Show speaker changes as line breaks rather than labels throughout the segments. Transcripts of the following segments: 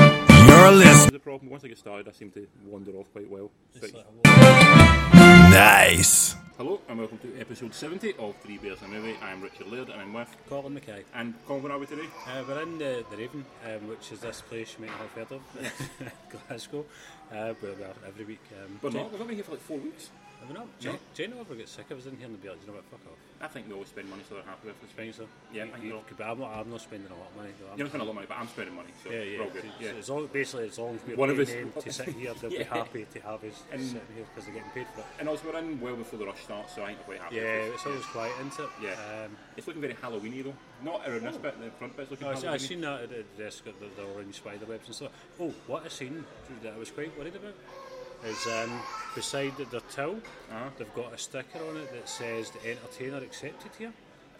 a listen.
The problem once I get started, I seem to wander off quite well. Right.
Nice.
Hello and welcome to episode 70 of Three Bears and a Movie. I'm Richard Laird and I'm with
Colin McKay.
and Colin. Where are we today?
Uh, we're in the, the Raven, um, which is this place you may not have heard of, Glasgow, uh, where we are every week. Um,
We're
Jane-
not. We've not been here for like four weeks.
Have we not? Jane, Jane Oliver got sick. I was in here in the building. You know what? Fuck off.
I think we always spend money, so they're happy with us.
Thanks, sir.
Yeah,
you,
thank
you,
you.
could be- I'm, not, I'm not spending a lot of money. though. I'm,
You're not spending a lot of money, but I'm spending money, so
yeah,
we're
yeah.
all good.
It's,
Yeah.
it's all, basically, it's all we're
One of us-
paying them to sit here. They'll be
Yeah.
happy to have us
And-
sitting here because they're getting paid for it.
And also, we're in well before the rush starts, so I think we're quite happy.
Yeah,
with
it's
us.
always quiet, isn't it?
Yeah.
Um,
It's looking very Halloweeny though. Not around
Oh.
this bit, the front bit's looking
I see- I've
Halloweeny.
seen that at the desk at the, the orange spider webs and stuff. Oh, what I seen that I was quite worried about is um, beside the, the till,
Uh-huh.
they've got a sticker on it that says the entertainer accepted here.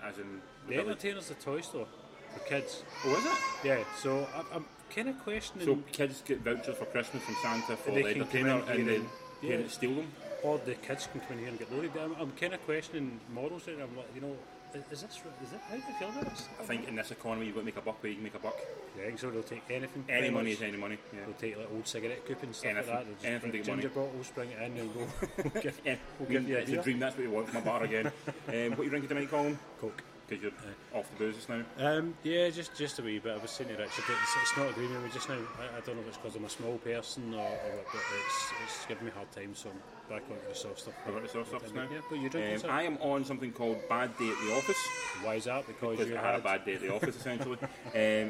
As in,
The
really-
entertainer's the toy store for kids.
oh, is it?
Yeah, so I, I'm kind of questioning,
So kids get vouchers for Christmas from Santa for
they
the
can come
entertainer,
in
and
here
then
and- yeah.
parents steal them.
or the kids can come in here and get loaded. I'm, I'm kind of questioning morals there. I'm like, you know, is, is this re- is it how do you feel about this?
I think in this economy, you've got to make a buck where you can make a buck.
Yeah, I think so they'll take anything.
Any
pretty
money
much.
is any money. Yeah.
They'll take like old cigarette coupons, stuff
Anything-
like that. They'll just
anything
bring
to get
ginger bottles, bring it in, and we'll, we'll give,
Yeah,
we'll
I mean,
give you a
it's a
beer.
dream. That's what you want from a bar again. um, what are you drinking tonight, Colin?
Coke.
Because you're
Uh,
off the booze just now.
Um, yeah, just just a wee bit. I was saying to Richard, it's, it's not agreeing with me just now. I, I don't know if it's because I'm a small person or, or what, but it's, it's giving me a hard time, so I'm back onto the soft stuff.
I've got the soft stuff now.
Yeah, but you drinking
um, I am on something called Bad Day at the Office.
Why is that? Because
Because
you
I had a bad day at the office, essentially. um,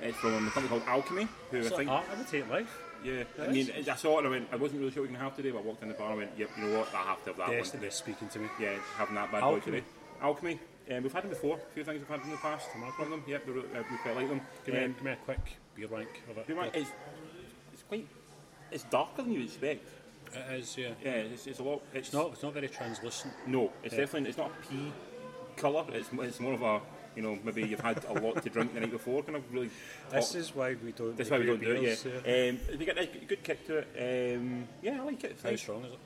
it's from a company called Alchemy, who I
It's like
think.
art imitate life.
Yeah, I
Nice.
mean, I saw it and I went, I wasn't really sure what we can have today, but I walked in the bar and I went, yep, you know what, I have to have that one
Yes,
today.
they're speaking to me.
Yeah, having that bad boy
Alchemy.
today. Alchemy, um, we've had them before, a few things we've had in the past. From them, yep, we, re- uh, we quite like them.
Give me,
Um,
give me a quick beer rank of it.
you're right, it's, it's quite, it's darker than you'd expect.
It is, yeah.
Yeah, it's, it's a lot, it's,
No, it's not very translucent.
No, it's definitely it's not a pea colour. It's m- it's more of a you know maybe you've had a lot to drink the night before, kind of really.
This
hot-
is why we don't.
that's why we
do
don't do
beers,
it. Yeah, um, we get a good kick to it. Um, yeah, I like it. It's
How
nice.
strong is it?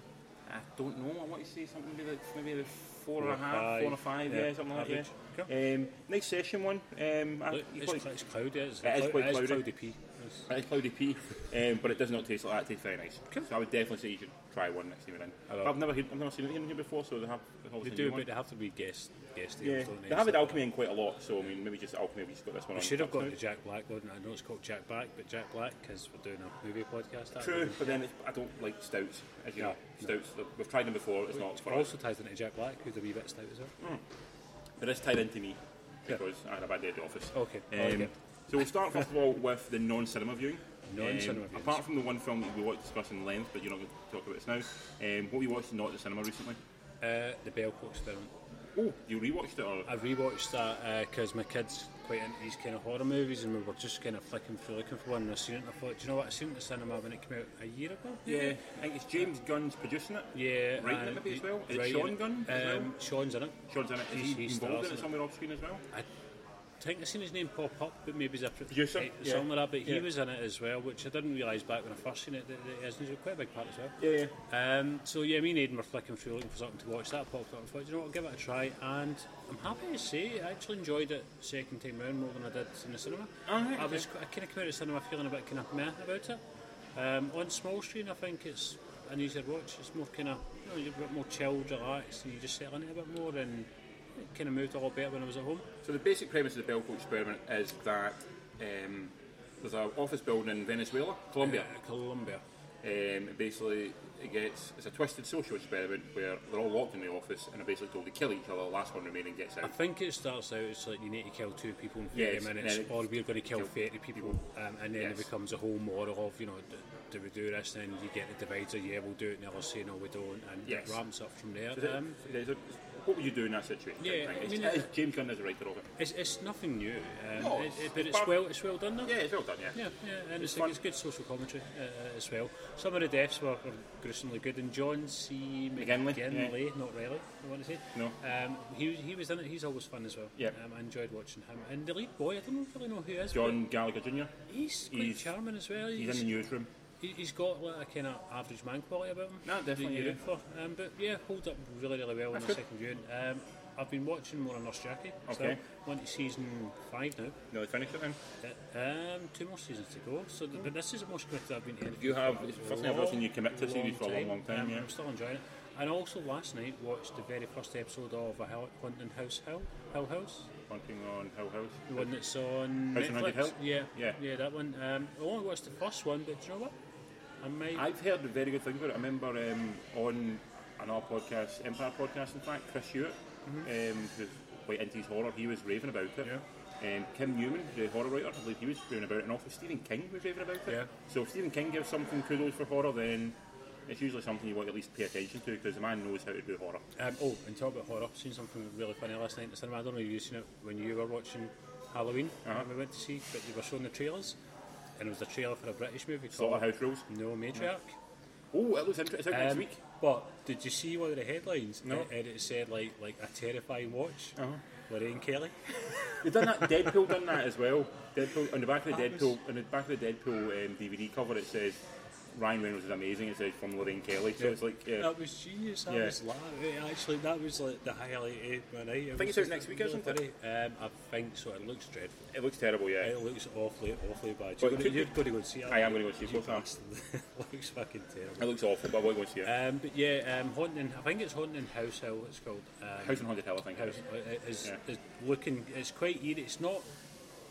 I don't know. I want to say something maybe like maybe a four and a
Four or
half,
five.
four and a five. Yeah,
Yeah,
something like that.
average.
Yeah. Um, nice session one. Um, I,
Look,
you
it's,
probably-
cl- it's cloudy. It's,
It is
clou-
quite
it is
cloudy.
cloudy pea. It's-
it's cloudy pea, um, but it does not taste like that. It tastes very nice. So I would definitely say you should try one next time you're in.
I will.
But I've never, heard, I've never seen it here before, so they have. they've
They
obviously
do,
new one.
but they have to be guest guest
Yeah,
deals, don't
they have had
So-
alchemy in quite a lot, so I mean, maybe just alchemy. We just got this one.
We
on
should have
tap
got
now.
the Jack Black one. I know it's called Jack Black, but Jack Black because we're doing a movie podcast. that
True,
wouldn't-
but then it's, I don't like stouts. As you know,
No, no.
stouts. We've tried them before. It's not for
We're
us.
also tied into Jack Black, who's a wee bit stout as well.
It is tied into me
Yeah.
because I had a bad day at the office.
Okay, I like
Um,
it.
so we'll start first of all with the non-cinema viewing.
Non-cinema
um,
viewings.
Apart from the one film that we want to discuss in length, but you're not going to talk about this now. Um, what we watched not at the cinema recently?
Uh, the Belco Experiment.
Oh, you rewatched it or?
I rewatched that because my kid's quite into these kind of horror movies, and we were just kind of flicking through looking for one. And I seen it, and I thought, do you know what? I seen it in the cinema when it came out a year ago.
yeah, I think it's James Gunn's producing it.
Yeah,
Writing it
and
maybe as
he-
well? Is it
writing
Sean Gunn as well?
Um, Sean's in it.
Sean's in it. Is
He's-
he
he
involved in
stars in
it
it.
somewhere off screen as well?
I think I seen his name pop up, but maybe he's a pro-
Producer?
eh,
Yeah.
something like that. But he
Yeah.
was in it as well, which I didn't realise back when I first seen it that, that he is. and He's quite a big part as well.
Yeah, yeah.
Um, so yeah, me and Aidan were flicking through looking for something to watch. That popped up. I thought, you know what, give it a try. And I'm happy to say I actually enjoyed it second time round more than I did in the cinema.
Alright,
I was I kind of came out of the cinema feeling a bit kind of meh about it. Um, on small screen, I think it's an easier watch. It's more kind of you know, you're a bit more chilled, relaxed, and you just settle in it a bit more. And it kind of moved a lot better when I was at home.
So the basic premise of the Belco experiment is that um, there's an office building in Venezuela, Colombia.
Uh, Colombia.
Um, basically, it gets it's a twisted social experiment where they're all locked in the office and are basically told to kill each other. The last one remaining gets
I
out.
think it starts out it's like you need to kill two people in 30
Yes,
minutes,
and then it-
or we're going to kill, 30 people, um, and then
Yes.
it becomes a whole moral of, you know, do, do we do this? And then you get the divider, yeah, we'll do it, and the others say, no, we don't, and
Yes.
it ramps up from there.
Is it-
Um,
is it- what would you do in that situation?
Yeah,
Like,
I
it's-
mean,
it
it-
is- James Gunn is the writer of it.
it's, it's nothing new, um,
No,
it-
it's-
it- but
it's
it's
part-
well, it's well done, though.
Yeah, it's well done. Yeah.
Yeah, yeah, and it's,
fun.
like, it's good social commentary uh, uh, as well. Some of the deaths were, were gruesomely good, and John C.
McGinley,
McGinley,
yeah.
not Riley, I want to say.
No.
Um, he, he was in it, he's always fun as well.
Yeah.
Um, I enjoyed watching him. And the lead boy, I don't really know who he is.
John Gallagher Jr.
but he's quite
he's-
charming as well.
He's in the newsroom.
he- he's got like, a kind of average man quality about him.
No,
that
definitely,
you
yeah.
root for. Um, but yeah, hold up really, really well in the
good.
second viewing. Um, I've been watching more on Nurse Jackie.
Okay.
So, on to season five now.
Nearly finished it then.
Uh, Um, two more seasons to go. So, th- but this is the most committed I've been to. anything
You have
for
it's the
a
first time I've ever seen you commit to a
long
series for a long, long time.
Um,
Yeah.
I'm still enjoying it. And also last night watched the very first episode of a Hell- Haunting House Hill, Hill House,
Hunting on Hill House.
the one that's on
House on
Netflix.
Haunted Hill?
Yeah,
Yeah.
yeah, that one. Um, I only watched the first one, but do you know what? I might.
I've heard very good things about it. I remember um, on another podcast, Empire podcast, in fact, Chris Hewitt,
Mm-hmm.
um, who's quite into his horror, he was raving about it.
Yeah.
Um, Kim Newman, the horror writer, I believe he was raving about it, and also Stephen King was raving about it.
Yeah.
So if Stephen King gives something kudos for horror, then it's usually something you want to at least pay attention to because the man knows how to do horror.
Um, oh, and talk about horror. Seen something really funny last night in the cinema. I don't know if you've seen it when you were watching Halloween.
Uh-huh.
that We went to see, but they were showing the trailers, and it was a trailer for a British movie called
Slaughterhouse Rules.
No Matriarch.
Oh, it looks interesting. It's out next
Oh. Um,
week.
but did you see one of the headlines?
No.
And it said like like a terrifying watch.
Uh-huh.
Lorraine Kelly.
They've done that. Deadpool done that as well. Deadpool on the back of the
That was-
Deadpool on the back of the Deadpool um, DVD cover. It says Ryan Reynolds is amazing. It says from Lorraine Kelly. So it's like yeah.
That was genius. That
Yeah.
was la- it actually that was like the highlight of my night. It
think
was
it's out
just
next week or
really
something.
funny. Um, I think so. It looks dreadful.
it looks terrible. Yeah.
It looks awfully, awfully bad.
But it
You're, gonna,
could
you're
be-
going to go and see it.
I am gonna go and see it
You
both times.
bastard. it looks fucking terrible.
It looks awful, but we're going to see it.
Um, but yeah, um, haunting. I think it's haunting House Hill. It's called um,
House on Haunted Hill, I think. it
House.
is.
It is,
Yeah.
is uh, looking. It's quite eerie. It's not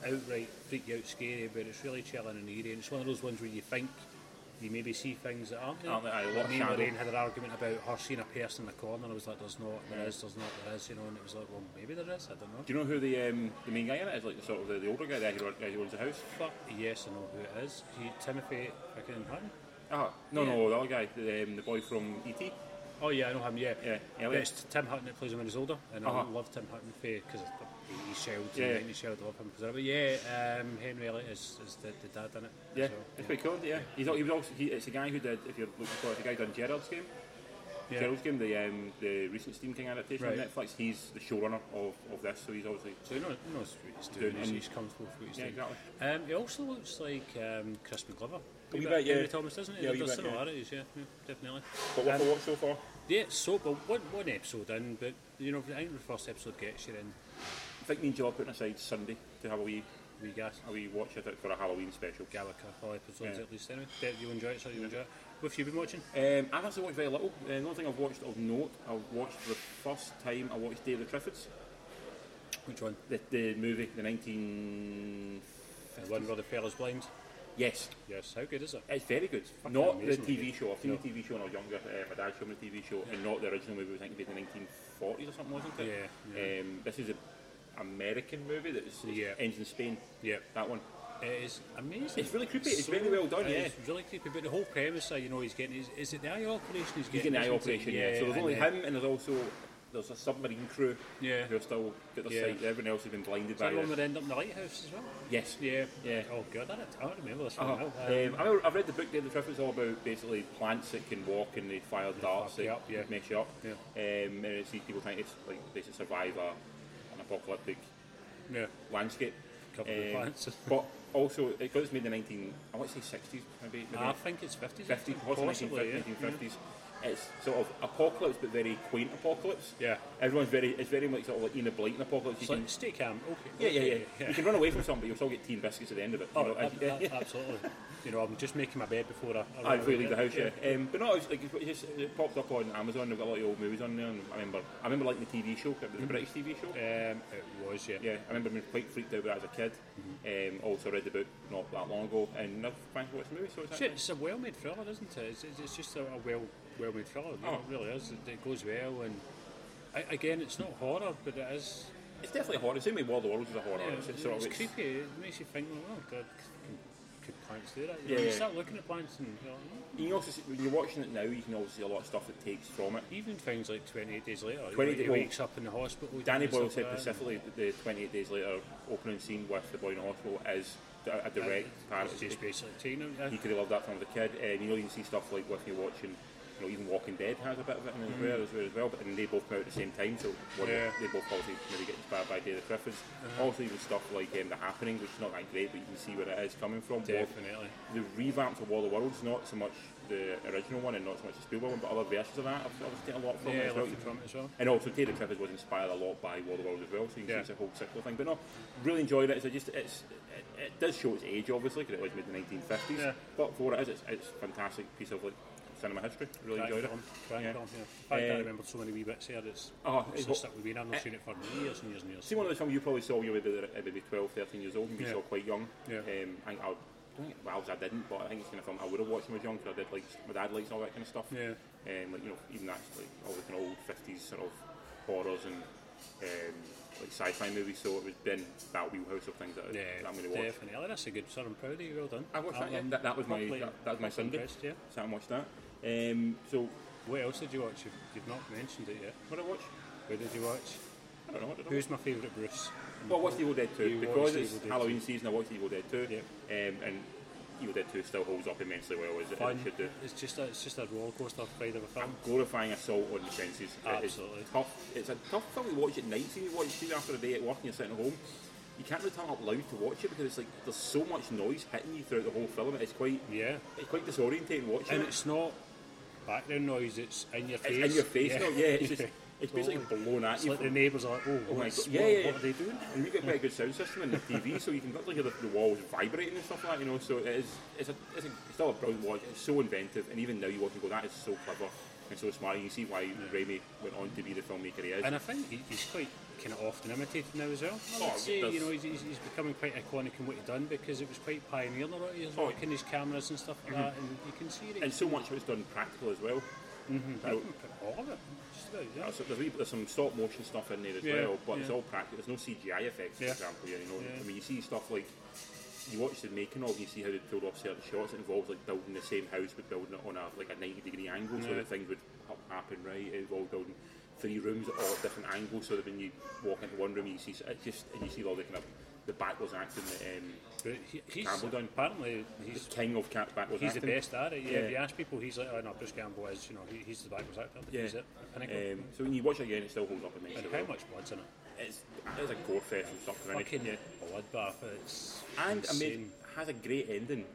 outright freaky out scary, but it's really chilling and eerie. And it's one of those ones where you think you maybe see things that aren't there.
Aren't there? Aye, a lot of
Me and
shadow.
Lorraine had an argument about her seeing a person in the corner. and I was like, "There's not. There is. There's not. There is." You know. And it was like, "Well, maybe there is. I don't know."
Do you know who the um, the main guy in it is? Like the sort of the, the older guy, the guy who, run- guy who owns the house.
Fuck yes, I know who it is. He, Timothy fucking Hutton.
Ah, no,
Yeah.
no, the other guy, the, um, the boy from ET.
Oh yeah, I know him. Yeah,
Yeah,
But
Elliot.
It's Tim Hutton that plays him when he's older, and
Uh-huh.
I love Tim Hutton because he's shelled.
Yeah.
Yeah, he's shelled. I love him. for that. But yeah, um, Henry Elliott is, is the, the dad in it.
Yeah,
so,
it's pretty cool. Yeah, he's al- he was also he, it's the guy who did if you're looking for it, the guy who done Gerald's game.
yeah.
Gerald's game, the um, the recent Steam King adaptation on
Right.
Netflix. He's the showrunner of, of this, so he's obviously
So he knows, he knows what he's doing.
Doing
he's,
and-
he's comfortable with what he's
Yeah,
doing.
exactly.
Um, he also looks like um, Chris McGlover.
A wee bit, yeah.
Henry Thomas, doesn't he?
Yeah, a wee
There's
bit, yeah.
similarities, yeah. yeah, definitely.
But what watch so far?
Yeah, so but one one episode in, but you know, I think the first episode gets you in.
I think me and Jill are putting aside Sunday to have a wee,
We gas.
a wee watch at it for a Halloween special.
Gallagher, all episodes
Yeah.
at least anyway. Bet you enjoy it, so you enjoy it. What have you been watching?
Um, I've actually watched very little. Uh, the only thing I've watched of note, I watched for the first time, I watched Day of the Triffids,
Which one?
the, the movie, the 19...
The one where the fella's blind.
Yes,
Yes, how good is it?
it's very good. not the
amazing
TV
movie.
show. I've seen the TV show when I was younger. Uh, my dad showed me the TV show, and not the original movie. I think it was in the 1940s or something, wasn't it?
Yeah, yeah.
Um, this is an American movie that was,
Yeah.
ends in Spain.
Yeah.
That one.
It is amazing.
It's really creepy. It's very well done, yeah.
It's really creepy, but the whole premise, uh, you know, he's getting is, is it the eye operation?
He's
He's getting,
getting an eye
isn't it?
operation, yeah. So there's
and
only
then-
him, and there's also there's a submarine crew
Yeah.
who are still got their
Yeah.
sight. Everyone else has been blinded
Is that
by
the one
this.
that end up in the lighthouse as well?
Yes.
Yeah.
Yeah.
Oh god, I don't, I don't remember this one. Uh,
Uh-huh.
now.
Um, I remember- I've read the book, Day of the Triffids, all about basically plants that can walk and they fire darts
fuck
that
you up, yeah.
mess you up.
Yeah.
Um, and it's these people trying to like basically survive a, an apocalyptic
yeah.
landscape. Um,
Covered with plants.
but also, because it's made in the 19, I want to say 60s, maybe. maybe
I think it's fifties.
50s,
possibly. yeah.
1950s. It's sort of apocalypse, but very quaint apocalypse.
Yeah.
Everyone's very, it's very much sort of like Enid Blyton apocalypse. You
It's like
can,
stay calm. Okay.
yeah, yeah, yeah,
yeah.
You can run away from somebody, you'll still get tea and biscuits at the end of it. you
Oh,
know,
ab-
and- yeah,
ab-
yeah.
absolutely. You know, I'm just making my bed before I. I
I
run
before you leave the
away.
house, yeah. Um, but no, it, was, like, it, just, it popped up on Amazon. They've got a lot of old movies on there. And I remember, I remember liking the TV show,
Mm-hmm.
the British TV show.
Um, it was, yeah.
Yeah, I remember being quite freaked out about it as a kid.
Mm-hmm.
Um, also read the book not that long ago, and I've finally watched the movie. So it's
Shit,
actually-
it's a well-made thriller, isn't it? It's, it's, it's just a, a well, well-made thriller. You know,
Oh.
it really is. It, it goes well, and I, again, it's not horror, but it is.
it's definitely a horror. Same way War of the Worlds is a horror.
Yeah,
it's,
it's,
it's sort of it's-
creepy. It makes you think, oh god, could, could plants do that? You,
Yeah,
know, you
yeah.
start looking at plants, and you're like, "Hmm."
You can also see, when you're watching it now, you can also see a lot of stuff that takes from it.
even things like 28 days later,
28
28 he
well,
wakes up in the hospital.
Danny
and
Boyle
stuff
said
like that.
specifically that the 28 days later opening scene with the boy in the hospital is a a direct
It's
parody.
just basically, you know,
Uh, He could have loved that from the kid, and you know you can see stuff like with you watching you know, even Walking Dead has a bit of it in it as well as well as well. But and they both come out at the same time, so one,
Mm-hmm. Yeah. Uh-huh.
they both obviously maybe get inspired by Day of the Griffins. Also, even stuff like um, The Happening, which is not that great, but you can see where it is coming from.
Definitely.
the revamp of War of the Worlds, not so much the original one and not so much the Spielberg one, but other versions of that. I've obviously taken a lot from
Yeah,
it
I
as well.
love it from it as well.
And also, Taylor Trippers was inspired a lot by War of the Worlds as well, so you can
Yeah.
see it's a whole cyclical thing. But no, really enjoyed it. It's just it's, it, it does show its age, obviously, because it was made in the 1950s.
Yeah.
But for what it is, it's, it's a fantastic piece of like cinema history. Really enjoyed it.
Crack
Yeah.
film, yeah. In fact,
Uh,
I remember so many wee bits here. It's,
Oh,
it's
it's
just
what-
stuck with me. and I've not seen it for years and years and years.
See, one of those films you probably saw when you were maybe, uh, maybe 12, 13 years old, and you
Yeah.
saw quite young.
Yeah.
Um, I, think I, I don't think, well, I didn't, but I think it's the kind of film I would have watched when I was young, because I did like, my dad likes all that kind of stuff.
Yeah.
um, like you know even that's like all the kind of old 50s sort of horrors and um, like sci-fi movies so it was then that wheelhouse of things that,
Yeah,
that I'm going to watch
definitely. Oh, That's a good. Sir, I'm proud of you. Well done. Um,
I watched that,
I'm-
yeah.
I'm
that that was my
properly
that, that was my Sunday
impressed, yeah.
sat and watched that um, so
What else did you watch? You've, you've not mentioned it yet.
what did I watch?
What did you watch?
I don't know what did I watch?
Who's my favourite Bruce?
Well, I watched Evil Dead 2
You watched
because it's
Evil Dead
Halloween season I watched Evil Dead 2
Yeah.
um, and Evil Dead 2 still holds up immensely well as it, as
Fun.
it should do
It's just a, it's just a roller coaster ride of a film.
glorifying assault on the senses. It is
Absolutely.
tough. It's a tough film to watch at night. See, you watch see it after a day at work and you're sitting at home. You can't really turn up loud to watch it because it's like there's so much noise hitting you throughout the whole film. It's quite
Yeah,
it's quite disorientating watching
and
it.
it's not background noise. It's in your face.
It's in your face
Yeah.
now. Yeah, it's just it's
Totally.
basically blown at
It's
you.
like the
from-
neighbours are like, oh,
Oh my
what's,
God. Yeah,
what,
yeah,
what
yeah.
are they doing?
and you get quite a good sound system in the TV, so you can literally hear the, the walls vibrating and stuff like that, you know. So it is, it's, a, it's, a, it's still a brilliant watch. It's so inventive, and even now you watch and go, that is so clever and so smart. And you see why Raimi went on to be the filmmaker he is.
And I think he, he's quite kind of often imitated now as well. I
Oh,
would say,
there's-
you know, he's, he's, he's becoming quite iconic in what he's done because it was quite pioneering a lot of his
Oh. Mm-hmm.
work in his cameras and stuff like that, and you can see it.
and so much of it's done practical as well. Mm-hmm. You know,
all of it, just about, yeah.
there's, Uh, there's, a wee- there's some stop motion stuff in there as
Yeah,
well, but it's
yeah.
all practical. There's no CGI effects,
Yeah.
for example. Here, you know,
Yeah.
I mean, you see stuff like you watch the making of, and you see how they pulled off certain shots. It involves like building the same house but building it on a like a 90 degree angle, so
Yeah.
that things would ha- happen right. It involved building three rooms at all different angles, so that when you walk into one room, you see s- it just and you see all the kind of the backwards acting that um,
But he, he's
Campbell done.
apparently
the
he's
king of cat backwards
he's the
acting.
best at it. Yeah.
Yeah.
If you ask people, he's like, oh no, Bruce Campbell is. You know, he, he's the backwards actor.
Yeah.
He's it. the pinnacle.
Um, so when you watch it again, it still holds up immensely.
and
well.
how much blood's in it?
It's, it's a gore fest and stuff. isn't it?
Fucking
yeah.
bloodbath. It's
And I mean,
insane.
has a great ending,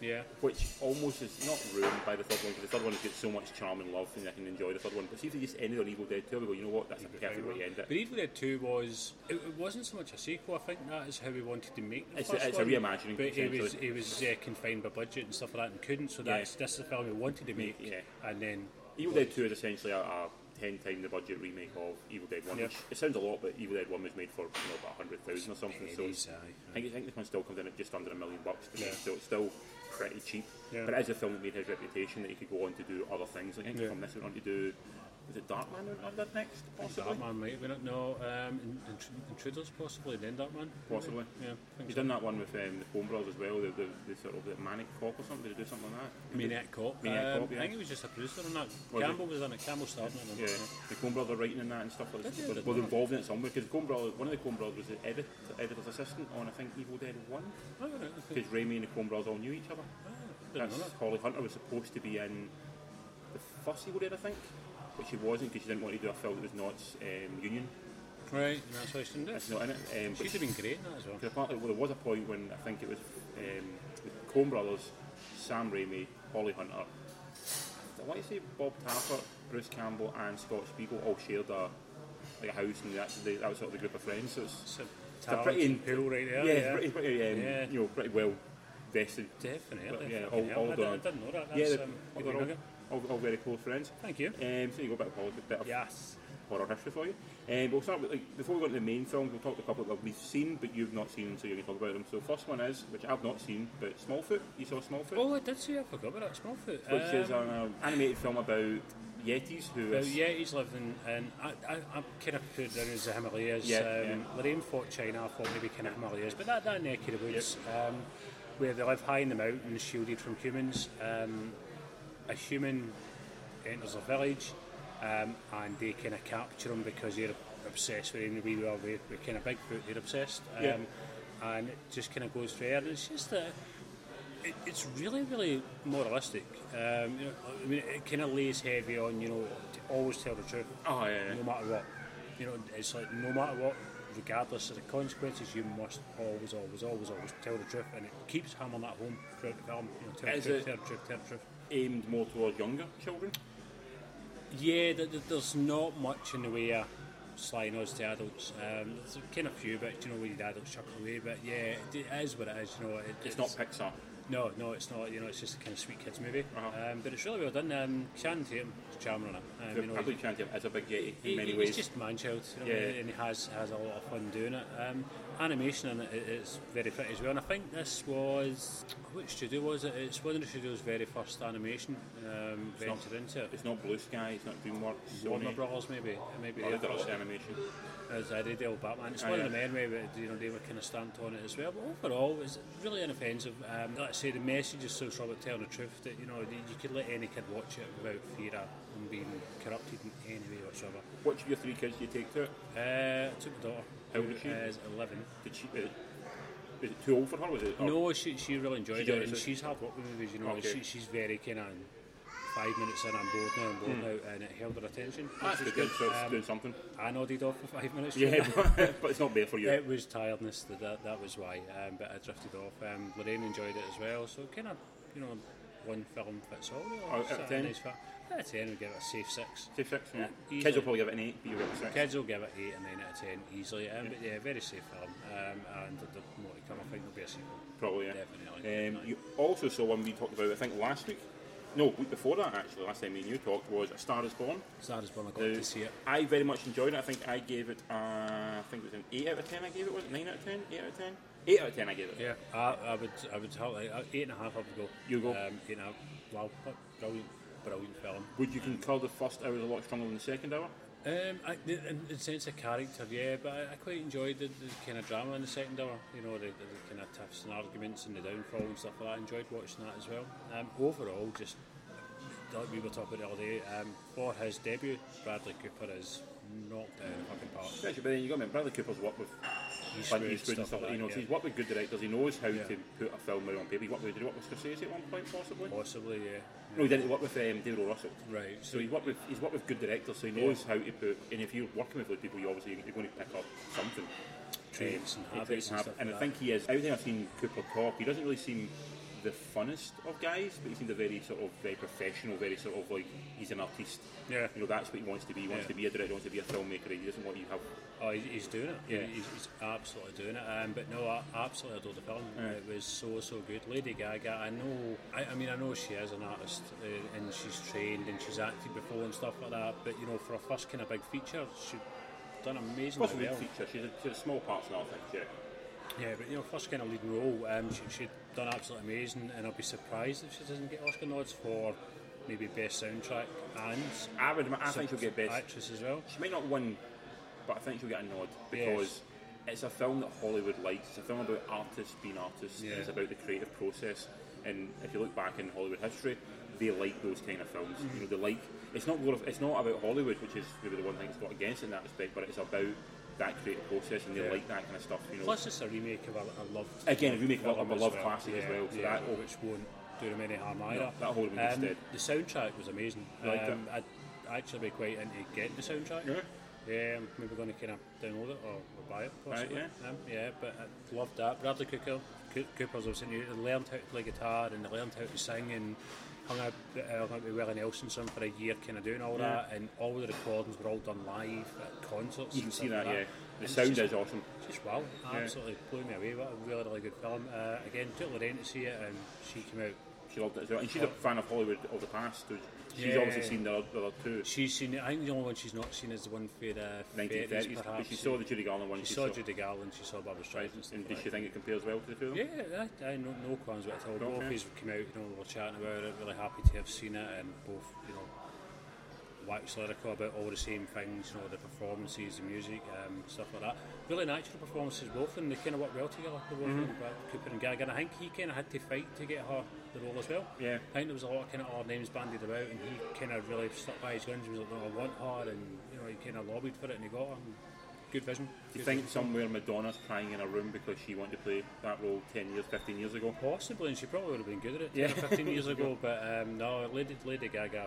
yeah.
which almost is not ruined by the third one, because the third one gets so much charm and love, and I can enjoy the third one. But see if they just ended on Evil Dead 2, we go, you know what, that's a perfect way to end
But
it.
Evil Dead 2 was it, it wasn't so much a sequel. I think that is how we wanted to make the
It's a-
first
it's a
one.
reimagining,
But he was
essentially.
he was uh, confined by budget and stuff like that and couldn't. So
Yeah.
that's that's the film we wanted to make.
Yeah.
And then
Evil Dead 2 is essentially a, a 10 time the budget remake of Evil Dead 1,
Yeah.
which it sounds a lot, but Evil Dead 1 was made for you know, about 100,000 or something. So
pennies, aye,
I think, I think this one still comes in at just under a million bucks, to
Yeah.
make, so it's still pretty cheap.
Yeah.
But it is a film that made his reputation that he could go on to do other things. Like, I think
Yeah.
from this one on to do. Is it Darkman or or that next? Possibly.
Darkman might have been it. No, um, In- Intr- Intruders possibly. Then Darkman.
Possibly.
Yeah. I think
He's
so.
done that one with um, the Coen Brothers as well, the, the, the sort of the manic cop or something. Did he do something like that?
Maniac Cop.
Maniac
um,
Cop, yeah.
I think he was just a producer on that.
Was he?
Campbell was on it. Campbell starred in it.
Yeah, the Coen Brother writing in that and stuff like
Did they?
that. Was involved in it somewhere because Coen Brother, one of the Coen Brothers was the edit, editor's assistant on I think Evil Dead One
Oh, right, okay.
because Raimi and the Coen Brothers all knew each other.
Ah, didn't know
That's
that.
Holly Hunter was supposed to be in the first Evil Dead, I think, but she wasn't because she didn't want to do a film that was not um, Union.
Right, and that's why she didn't do it.
It's not in it. Um, but
She'd have been great in that as well.
Because apparently well, there was a point when I think it was um, the Coen Brothers, Sam Raimi, Holly Hunter. I want to say Bob Tapper, Bruce Campbell, and Scott Spiegel all shared a like a house, and that, they, that was sort of the group of friends. So it's,
It's a
a pretty
talented pool right there.
yeah,
yeah.
it's pretty, pretty um,
Yeah.
you know, pretty well vested.
Definitely.
yeah,
fucking
all-
hell.
all
I, didn't, I
done.
didn't know that.
yeah,
That's,
they're-
um, a
all, they're
good
all,
nugget.
all, all very close friends.
Thank you.
Um, so you got a bit of politics, bit of
Yes.
horror history for you. Um, we'll start with, like, before we go into the main films, we'll talk to a couple that we've seen, but you've not seen, so you're going to talk about them. So first one is, which I've not seen, but Smallfoot. You saw Smallfoot?
Oh, I did see. I forgot about that. Smallfoot.
which is
Um,
an um, animated film about Yetis who
well,
is...
yeah, he's lived in, and I, I, I'm kind of put it down as the Himalayas.
Yeah,
um, Lorraine thought China, I thought maybe kind of Himalayas, but that, that neck of the woods, um, where they live high in the mountains, shielded from humans. Um, a human enters a village, um, and they kind of capture him because they're obsessed with him. We were with, with kind of Bigfoot, they're obsessed. Um,
Yeah.
And it just kind of goes through there, and it's just a. it, it's really, really moralistic. Um, you know, I mean, it kind of lays heavy on you know to always tell the truth,
Oh, yeah.
no matter what. You know, it's like no matter what, regardless of the consequences, you must always, always, always, always tell the truth, and it keeps hammering that home throughout the film. You know, tell the
Is
truth,
it-
tell the truth, tell the truth.
Aimed more towards younger children.
Yeah, th- th- there's not much in the way of sly nods to adults. Um, there's kind of few bits, you know, where the adults chuck it away, but yeah, it, it is what it is, you know. It,
It's not Pixar.
No, no, it's not. You know, it's just a kind of sweet kids movie.
Uh-huh.
Um, but it's really well done. Um, Channing Tatum is charming on it. Um, you know,
Probably Channing is a big yeti
he-
in many
he-
ways.
He's just man child, you know,
Yeah.
and he has has a lot of fun doing it. Um, animation in it i- is very pretty as well. And I think this was which studio was it? It's one of the studio's very first animation um, venture into it.
It's not Blue Sky, it's not DreamWorks, Sony.
Warner Brothers, maybe, maybe.
Or
they-
the Rush animation.
as I did the old Batman. It's
Aye,
one of
aye.
the men where uh, you know they were kind of stamped on it as well. But overall, it's really inoffensive. Um, like I say, the message is so sort of telling the truth that you know that you could let any kid watch it without fear of them being corrupted in any way whatsoever.
Which of your three kids do you take to it?
Uh, I took my daughter.
How old
who
is she?
is eleven.
Did she, uh, was it too old for her? Was it? or-
No, she she really enjoyed
Oh. She
it,
did,
and
is it?
she's hard work with movies. You know, and
Okay.
she, she's very kind of five minutes in, I'm bored now, I'm bored now, and it held her attention.
Hmm. That's
which was
good, so it's
Um,
doing something.
I nodded off for five minutes.
Yeah, but, it's not there for you.
It was tiredness that that, that was why, um, but I drifted off. Um, Lorraine enjoyed it as well, so kind of you know one film fits all. Really.
Out of
It's a
10?
Nice film. out of ten, we give it a safe six.
Say six, yeah.
easily.
Kids will probably give it an eight, but you give it a six.
Kids will give it eight and nine out of ten easily. Um, But yeah, very safe film, um, and there's more to come. I think there'll be a sequel.
Probably, yeah.
Definitely.
Um, you also saw one we talked about, I think, last week. No, week before that, actually, last time me and you talked, was A Star Is Born.
Star is born. I got
Now,
to see it.
I very much enjoyed it. I think I gave it, uh, I think it was an 8 out of 10 I gave it, was it 9 out of 10? 8 out of 10? 8 out of 10 I gave it.
Yeah, I, I would, I would tell like, uh, eight and a half. I would go.
You go.
Um, eight and a half. Wow, what brilliant, brilliant film.
Would you concur the first hour is a lot stronger than the second hour?
Um, I, the, in the sense of character, yeah, but I, I quite enjoyed the, the kind of drama in the second hour. You know, the, the, kind of tufts and arguments and the downfall and stuff like that. I enjoyed watching that as well. Um, overall, just like we were talking about the other day, um, for his debut, Bradley Cooper is knocked down the fucking park.
Especially, but then you got to remember, Bradley Cooper's worked with Clint
Eastwood,
Eastwood and stuff.
like
you know,
that,
so
yeah.
he's worked with good directors. He knows how
Yeah.
to put a film out on paper. He worked with, did he work with Scorsese at one point, possibly?
Possibly, yeah.
No, he didn't. He worked with um, David O. Russell.
Right,
So
so
he worked with he's worked with good directors, so he knows how to put. And if you're working with those people, you obviously you're going to pick up something.
traits and
Um,
habits and stuff.
and I
like
think he is. Everything I've seen Cooper talk, he doesn't really seem the funnest of guys, but he seems a very sort of very professional, very sort of like he's an artist.
Yeah.
You know, that's what he wants to be. He wants
Yeah.
to be a director. He wants to be a filmmaker. He doesn't want you to have
Oh, he- he's doing it.
Yeah.
Yeah, he's, he's absolutely doing it. Um, but no, I absolutely adored the film. It was so so good. Lady Gaga. I know. I, I mean, I know she is an artist uh, and she's trained and she's acted before and stuff like that. But you know, for a first kind of big feature, she done amazingly
plus
well.
well. feature. She's a, she's a small part in that thing. Yeah.
Yeah, but you know, first kind of leading role, um, she, she'd done absolutely amazing, and I'd be surprised if she doesn't get Oscar nods for maybe best soundtrack and
I would. I think she'll get best.
actress as well.
She might not win, but I think she'll get a nod because it's a film that Hollywood likes. It's a film about artists being artists.
Yeah.
It's about the creative process. And if you look back in Hollywood history, they like those kind of films. You know, they like. It's not glorif- It's not about Hollywood, which is maybe the one thing it's got against in that respect. But it's about that creative process, and they
Yeah.
like that kind of stuff. You know.
Plus, it's a remake of a, a loved
Again, a remake of a-
film
of a
as
loved classic as
yeah,
well, so
yeah,
that will-
which won't do them any harm either. Um,
that'll hold them in good stead.
The soundtrack was amazing.
Liked it?
um, I'd actually be quite into getting the soundtrack.
Yeah.
Yeah, I'm maybe going to kind of download it or, or buy it possibly.
Right,
Um, yeah, but I loved that. Bradley Cooper, Coo- Cooper's obviously new. They learned how to play guitar and they learned how to sing and hung out, uh, hung out with Willie Nelson some for a year, kind of doing all
Yeah.
that. And all the recordings were all done live at concerts.
you can
and
see
stuff
that.
like
Yeah.
And
The
it's
sound
just
is awesome.
just wow, absolutely blew me away. What a really, really good film. Uh, again, took Lorraine to see it, and she came out.
She loved it as well, and she's a fan of Hollywood of the past. So she's
Yeah.
obviously seen the other, the other two.
She's seen it. I think the only one she's not seen is the one for the
1930s,
1930s,
but
perhaps.
she saw the Judy Garland one.
She saw Judy Garland, she saw Barbara
Right,
Streisand. and stuff
and
like
does she think it compares well to the two of them?
Yeah, I, I no, no qualms about it at all.
Okay.
Both of us came out, you know, we were chatting about it, really happy to have seen it, and both, you know, wax lyrical about all the same things, you know, the performances, the music, um, stuff like that. Really natural performances, both, and they kind of worked well together, the both of
Mm-hmm.
them, Brad Cooper and Gaga. And I think he kind of had to fight to get her the role as well.
Yeah.
I think there was a lot of kind of odd names bandied about, and he kind of really stuck by his guns and was like, no, I want her, and, you know, he kind of lobbied for it and he got her. And good vision.
Do you
Good
think
vision.
somewhere Madonna's crying in a room because she wanted to play that role 10 years, 15 years ago?
Possibly, and she probably would have been good at it 10
Yeah.
or 15 years ago, but um, no, Lady, Lady Gaga,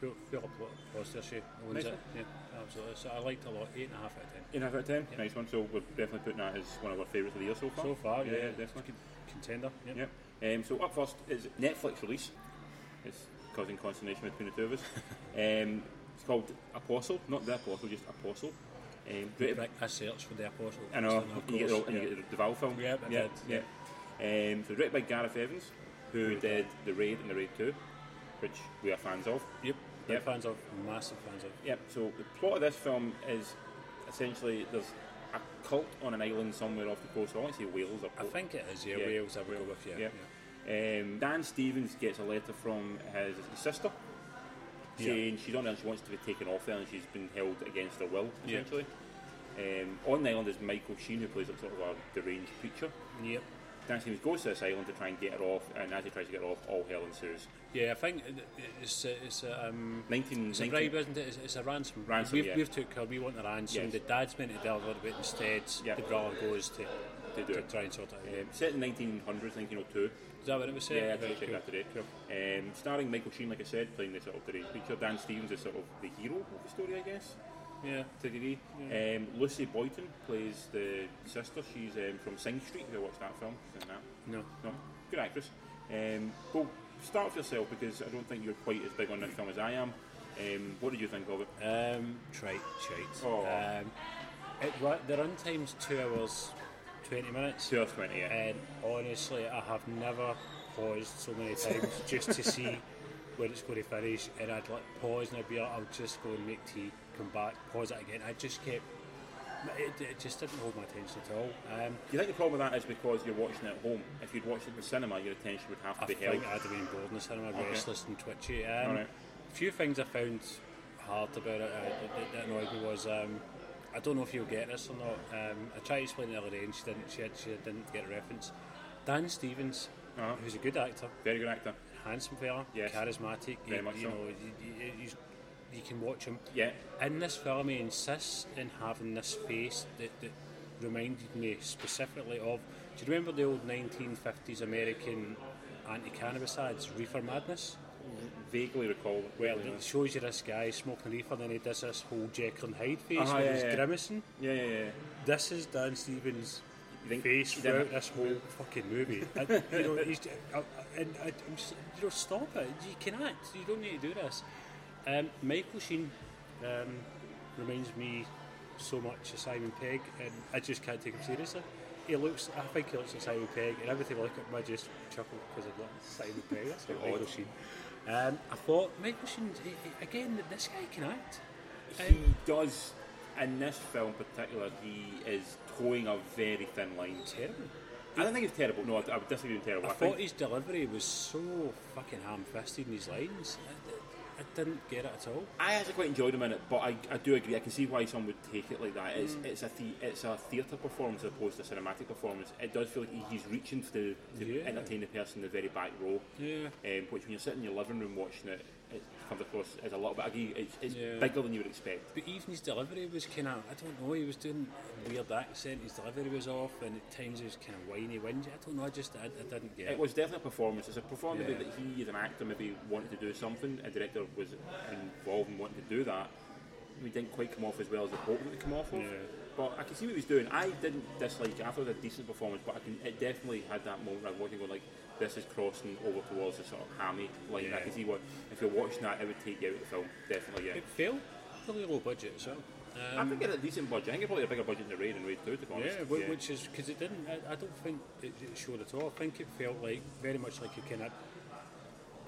full, full applause there, she owns
Nice
it.
one.
Yeah, absolutely. So I liked it a lot, 8.5 out of 10.
In out of 10? Nice one. So we're definitely putting that as one of our favourites of the year so far.
So far, yeah,
Oh, yeah definitely.
contender. Yeah.
Yep. Um, so up first is Netflix release. It's causing consternation between the two of us. um, it's called Apostle, not the Apostle, just Apostle. Um, created-
Right, I searched for the apostle.
I know.
So, no, of
You get, the,
course,
and you
yeah.
get the Val film.
Yeah, I
yeah,
did,
yeah. Um, so directed by Gareth Evans, who did The Raid and The Raid 2, which we are fans of.
Yep. Big
Yep.
fans of, massive fans of.
Yep. So the plot of this film is essentially there's a cult on an island somewhere off the coast. I want to say Wales or
I
Port-
think it is, yeah,
Yeah.
Wales, I would go with, yeah.
Yeah. Um, Dan Stevens gets a letter from his sister
Yeah.
saying she's on there and she wants to be taken off there and she's been held against her will,
Yeah.
essentially. Um, on the island is Michael Sheen, who plays a sort of a deranged preacher.
yeah. Yep.
Dan Stevens goes to this island to try and get her off, and as he tries to get her off, all hell ensues.
Yeah, I think it- it's, a- it's, a, um,
19,
It's a bribe, isn't it? It's, it's a ransom.
Ransom,
We've,
yeah.
we've took her. We want the ransom.
Yes.
The dad's meant to deliver it, but instead
Yeah.
the brother goes to
To
to,
do it.
try and sort it. out.
um, set in 1900s, 1902.
Is that what it was said?
Yeah, I
Right,
think I checked
cool.
that today. Um, starring Michael Sheen, like I said, playing the sort of deranged preacher. Dan Stevens is sort of the hero of the story, I guess.
Yeah,
to a degree. Um, Lucy Boyton plays the sister. She's um, from Sing Street. Who watched that film? She's in that.
no.
No, good actress. Um, well, start with yourself because I don't think you're quite as big on this film as I am. Um, what did you think of it?
Um, trite, shite.
Oh.
Um, it, wa- the runtime's two hours, 20 minutes.
Two hours twenty. Yeah.
And honestly, I have never paused so many times just to see where it's going to finish. And I'd like pause and I'd be like, I'll just go and make tea, come back, pause it again. I just kept, it, it just didn't hold my attention at all. Um,
Do you think the problem with that is because you're watching it at home? If you'd watched it in the cinema, your attention would have to
I
be
think
held.
I'd have been bored in the cinema, restless and twitchy. Um,
Alright.
A few things I found hard about it uh, that, that annoyed me was um, I don't know if you'll get this or not. Um, I tried to explain it the other day and she didn't. She, had, she didn't get a reference. Dan Stevens,
Uh-huh.
who's a good actor,
Very good actor.
handsome fella,
Yes.
charismatic.
Very
you,
much
you
so.
know, you, you, you, you can watch him.
Yeah.
In this film, he insists in having this face that, that reminded me specifically of. Do you remember the old 1950s American anti-cannabis ads, Reefer Madness?
Vaguely recall. it.
Well,
yeah.
it shows you this guy smoking reefer, then he does this whole Jekyll and Hyde face
Uh-huh,
where
yeah,
he's
yeah.
grimacing.
yeah, yeah, yeah.
This is Dan Stevens'
You think-
face
you didn't-
throughout this whole fucking movie. I, you know, he's, I, I, and I, I'm just, you know, stop it. You can act. You don't need to do this. Um, Michael Sheen um, reminds me so much of Simon Pegg, and I just can't take him seriously. He looks. I think he looks like Simon Pegg, and every time I look at him, I just chuckle because I'm like Simon Pegg. That's not Michael Sheen. Um, I thought Michael Sheen he- he- again. This guy can act.
He does. In this film, in particular, he is towing a very thin line.
Terrible.
I don't think it's terrible. No, I, I would disagree with terrible.
I
I,
thought
think
his delivery was so fucking ham-fisted in his lines. I, I, I didn't get it at all.
I actually quite enjoyed him in it, but I, I do agree. I can see why some would take it like that.
Mm.
It's it's a the, it's a theatre performance as opposed to a cinematic performance. It does feel like he, he's reaching to, to
Yeah.
entertain the person in the very back row.
Yeah.
Um, which when you're sitting in your living room watching it, it comes across as a little bit. I agree, It's, it's
Yeah.
bigger than you would expect.
But even his delivery was kind of, I don't know, he was doing a weird accent, his delivery was off, and at times he was kind of whiny, whingy. I don't know, I just, I, I didn't get
It
it.
was definitely a performance. It's a performance
Yeah.
that he, as an actor, maybe wanted to do something. A director was involved in wanting to do that. We didn't quite come off as well as I hoped it would come off of.
Yeah.
But I can see what he was doing. I didn't dislike it. I thought it was a decent performance, but I can, it definitely had that moment where I'm watching going like, this is crossing over towards the sort of hammy line. I
Yeah.
can see what, if you're watching that, it would take you out of the film. Definitely, yeah.
It felt really low budget as well. Um,
I think it had a decent budget. I think it probably had a bigger budget than the Raid and Raid 2, to be honest.
Yeah, whi- which is because it didn't. I, I don't think it, it showed at all. I think it felt like very much like a kind of.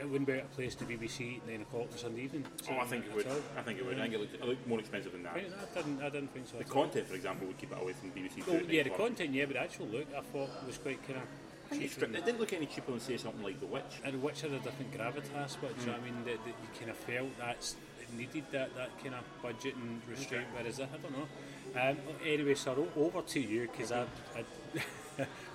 It wouldn't be out of place to BBC at nine o'clock on Sunday evening.
oh, I think it would.
At all.
I think it would. I think it looked, it looked more expensive than that.
I, I didn't. I didn't think so.
The
at all.
content, for example, would keep it away from BBC.
Oh,
Two
yeah, the content, yeah, but the actual look I thought was quite kind of.
It didn't look any cheaper than say something like The Witch.
And which had a different gravitas, but do you know what I mean? That, that you kind of felt that's it needed that, that kind of budget and restraint, whereas I, I don't know. Um, anyway, Cyril, over to you because I, I,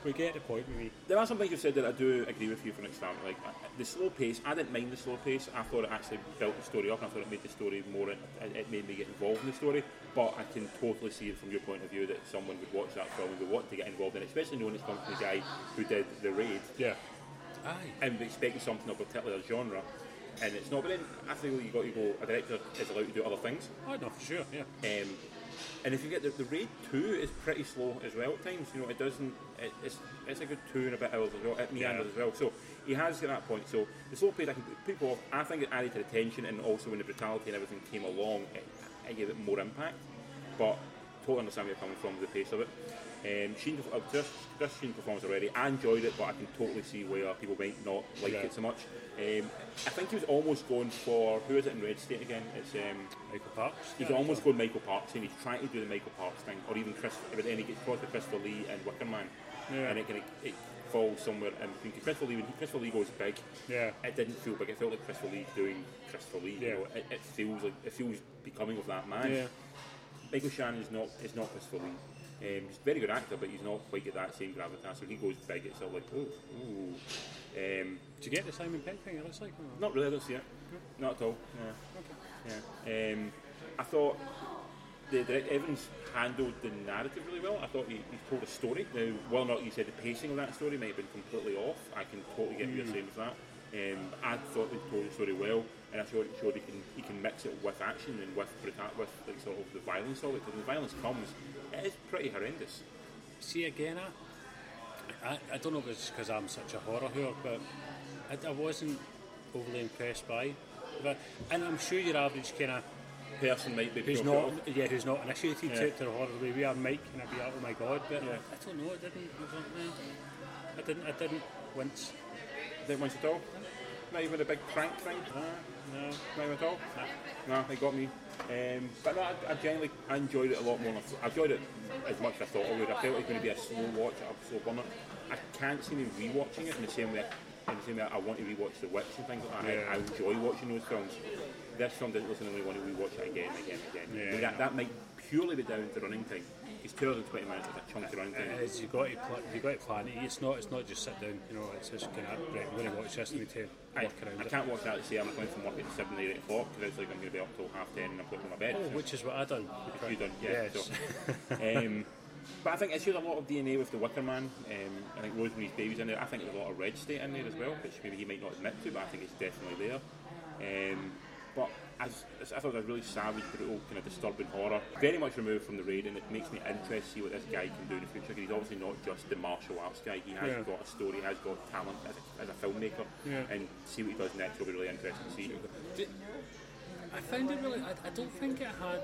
we get the point, maybe.
There are some things you said that I do agree with you for an extent. Like uh, the slow pace, I didn't mind the slow pace. I thought it actually built the story up. and I thought it made the story more. It, it made me get involved in the story. But I can totally see it from your point of view that someone would watch that film and would want to get involved in it, especially knowing it's coming from the guy who did the raid
Yeah. Aye.
and expecting something of a particular genre. And it's not. But then I think you got to go. A director is allowed to do other things.
I know Oh, for sure. Yeah.
Um, and if you get the, the raid two is pretty slow as well at times. You know, it doesn't. It, it's it's a good two and a bit hours as well. It meanders
Yeah.
as well. So he has got that point. So the slow pace, I can put people off. I think it added to the tension, and also when the brutality and everything came along, it, it gave it more impact. But totally understand where you're coming from with the pace of it. Um, Sheen, uh, just just Sheen performance already. I enjoyed it, but I can totally see where people might not like
Yeah.
it so much. Um, I think he was almost going for who is it in Red State again? It's um,
Michael Parks.
He's
yeah,
almost going Michael Parks and he's trying to do the Michael Parks thing, or even Chris, but then he gets caught with Christopher Lee and Wicker Man,
Yeah.
and it, can, it falls somewhere in between. 'Cause Christopher Lee, when Christopher Lee goes big,
Yeah.
it didn't feel big. It felt like Christopher Lee doing Christopher Lee.
Yeah.
You know, it, it feels like it feels becoming of that man.
Yeah.
Michael Shannon is not is not Christopher Lee. Um, he's a very good actor, but he's not quite at that same gravitas. So he goes big, it's all like ooh, ooh. Um,
Did you get the Simon Pegg thing? It looks like. or-
not really. I don't see it. Not at all. Yeah.
Okay.
Yeah. Um, I thought the direct Evans handled the narrative really well. I thought he, he told a story. Now, whether or not you said the pacing of that story may have been completely off, I can totally get what you're saying with that. Um, but I thought he told the story well, and I thought it showed he can he can mix it with action and with bruta- with like sort of the violence of it. 'Cause When the violence comes, it is pretty horrendous.
See again, I, I, I don't know if it's because I'm such a horror whore, but I, I wasn't overly impressed by. But and I'm sure your average kind of
Person might be
who's
put
not
off.
yeah who's not initiated
Yeah.
to, to the horror the way we are might kind of be like, oh my god, but
Yeah.
I don't know. It didn't. I was like, "Nah." I didn't. I didn't wince.
Didn't want at all. Not even a big prank thing.
No.
Not even at all. No, it got me. Um, but no, I, I generally I enjoyed it a lot more. than I th- I enjoyed it as much as I thought I would. I felt it was going to be a slow watch, a slow burner. I can't see me rewatching it in the same way. In the same way, I want to rewatch The Witch and things like that.
Yeah.
I, I enjoy watching those films. This film didn't listen to me want to rewatch it again and again and again.
Yeah,
But
no.
that, that might purely be down to running time. It's 2 hours and 20 minutes, it's a chunky running time.
It is, you got to pl- you got to plan it. It's not it's not just sit down. You know, it's just kind of right. I'm going to watch this and we take
I,
work around
I
it.
can't watch that to say I'm going from work at 7 or 8 o'clock because it's like I'm going to be up till half 10 and I'm going to my bed.
Oh,
So-
which is what I done.
you done, yeah.
Yes.
So, um, but I think it shows a lot of DNA with the Wicker Man. Um, I think Rosemary's Baby's in there. I think there's a lot of Red State in there as well, which maybe he might not admit to, but I think it's definitely there. Um, but as, as I thought it was a really savage, brutal, kind of disturbing horror. Very much removed from the raid, and it makes me interested to see what this guy can do in the future. 'cause he's obviously not just the martial arts guy. He has
Yeah.
got a story, he has got talent as a, as a filmmaker,
Yeah.
and see what he does next will be really interesting to see.
I found it really. I, I don't think it had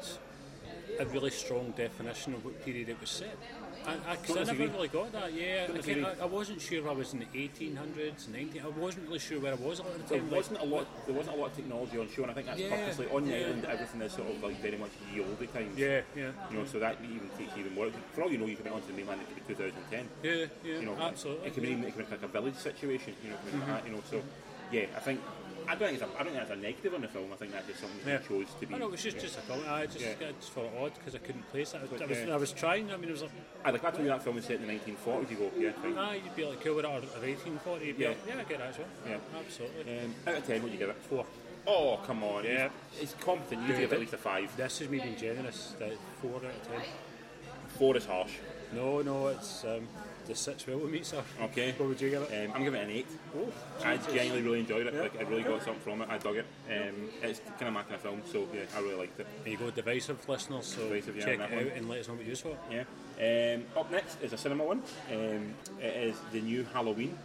a really strong definition of what period it was set. I, I, 'cause I
Don't
never
disagree.
really got that. Yeah, I,
disagree.
can't- I, I wasn't sure if I was in the 1800s, 19. I wasn't really sure where I was a lot of the
There
time. like-
wasn't a lot. There wasn't a lot of technology on show, and I think that's
Yeah,
purposely on the
yeah.
island. Everything is sort of like very much ye olde times.
Yeah, yeah,
You know, so that even takes even more. For all you know, you could be onto the mainland. It could be 2010.
yeah, yeah.
You know,
absolutely. Mm-hmm.
It could be, even- it could be like a village situation. You know, something like that, you know. So, yeah, I think I don't think it's a, I don't think that's a negative on the film. I think that's just something
Yeah.
that they chose to be.
I know it was just, just a comment. I just,
Yeah.
I just thought it odd because I couldn't place it. I, was- I, was,
yeah.
I was trying. I mean, it was like,
I like I told you that film was set in the 1940s. You go, yeah, fine.
ah, you'd be like, cool with it, or of 1840. You'd be
Yeah.
like, yeah, I get that as well.
Yeah.
absolutely.
Um, out of ten, what do you give it?
Four.
Oh, come on.
Yeah.
It's, it's competent. You give it at least a five.
This is me being generous. That four out of ten.
Four is harsh.
No, no, it's um, the six will meet, sir.
Okay.
What would you give it?
Um, I'm giving it an eight.
Oh,
I
Jesus.
genuinely really enjoyed it. Like, I really got something from it. I dug it. Um, it's kind of my kind of film, so yeah, I really liked it.
There you go, divisive listeners, so
Divisive, yeah,
check it
on
out
that one.
and let us know what you thought.
Yeah. Um, up next is a cinema one. Um, it is the new Halloween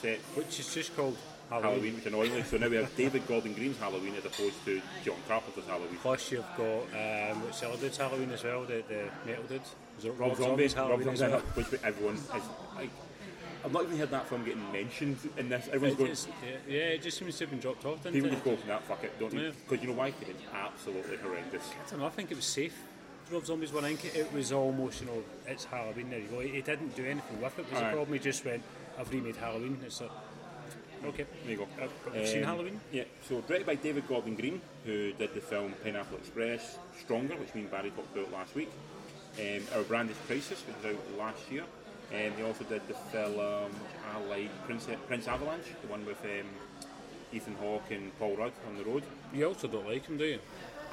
set
Which is just called Halloween.
Halloween, which annoyingly, so now we have David Gordon Green's Halloween as opposed to John Carpenter's Halloween.
Plus you've got, um, what's the other dude's Halloween as well, the, the metal dude? Is it
Rob, Zombie,
Zombie's
Rob
Halloween
Zombie,
as well?
which everyone is like. I've not even heard that film getting mentioned in this. Everyone's
It
going.
is, yeah, yeah, it just seems to have been dropped off, didn't
People
it?
just go, nah, fuck it, don't
Yeah.
need. Because you know why? 'Cause It's absolutely horrendous.
I don't know, I think it was safe. Rob Zombie's one, I think it was almost, you know, it's Halloween, there you go. He, he didn't do anything with it, was the
Aye.
problem. He just went, I've remade Halloween. It's like, okay.
There you go.
Uh, have you seen
Um,
Halloween?
Yeah. So directed by David Gordon Green, who did the film Pineapple Express, Stronger, which me and Barry talked about last week. Um, Our Brand is Crisis, which was out last year. Um, he also did the film I like Prince, Prince Avalanche, the one with um, Ethan Hawke and Paul Rudd on the road.
You also don't like him, do you?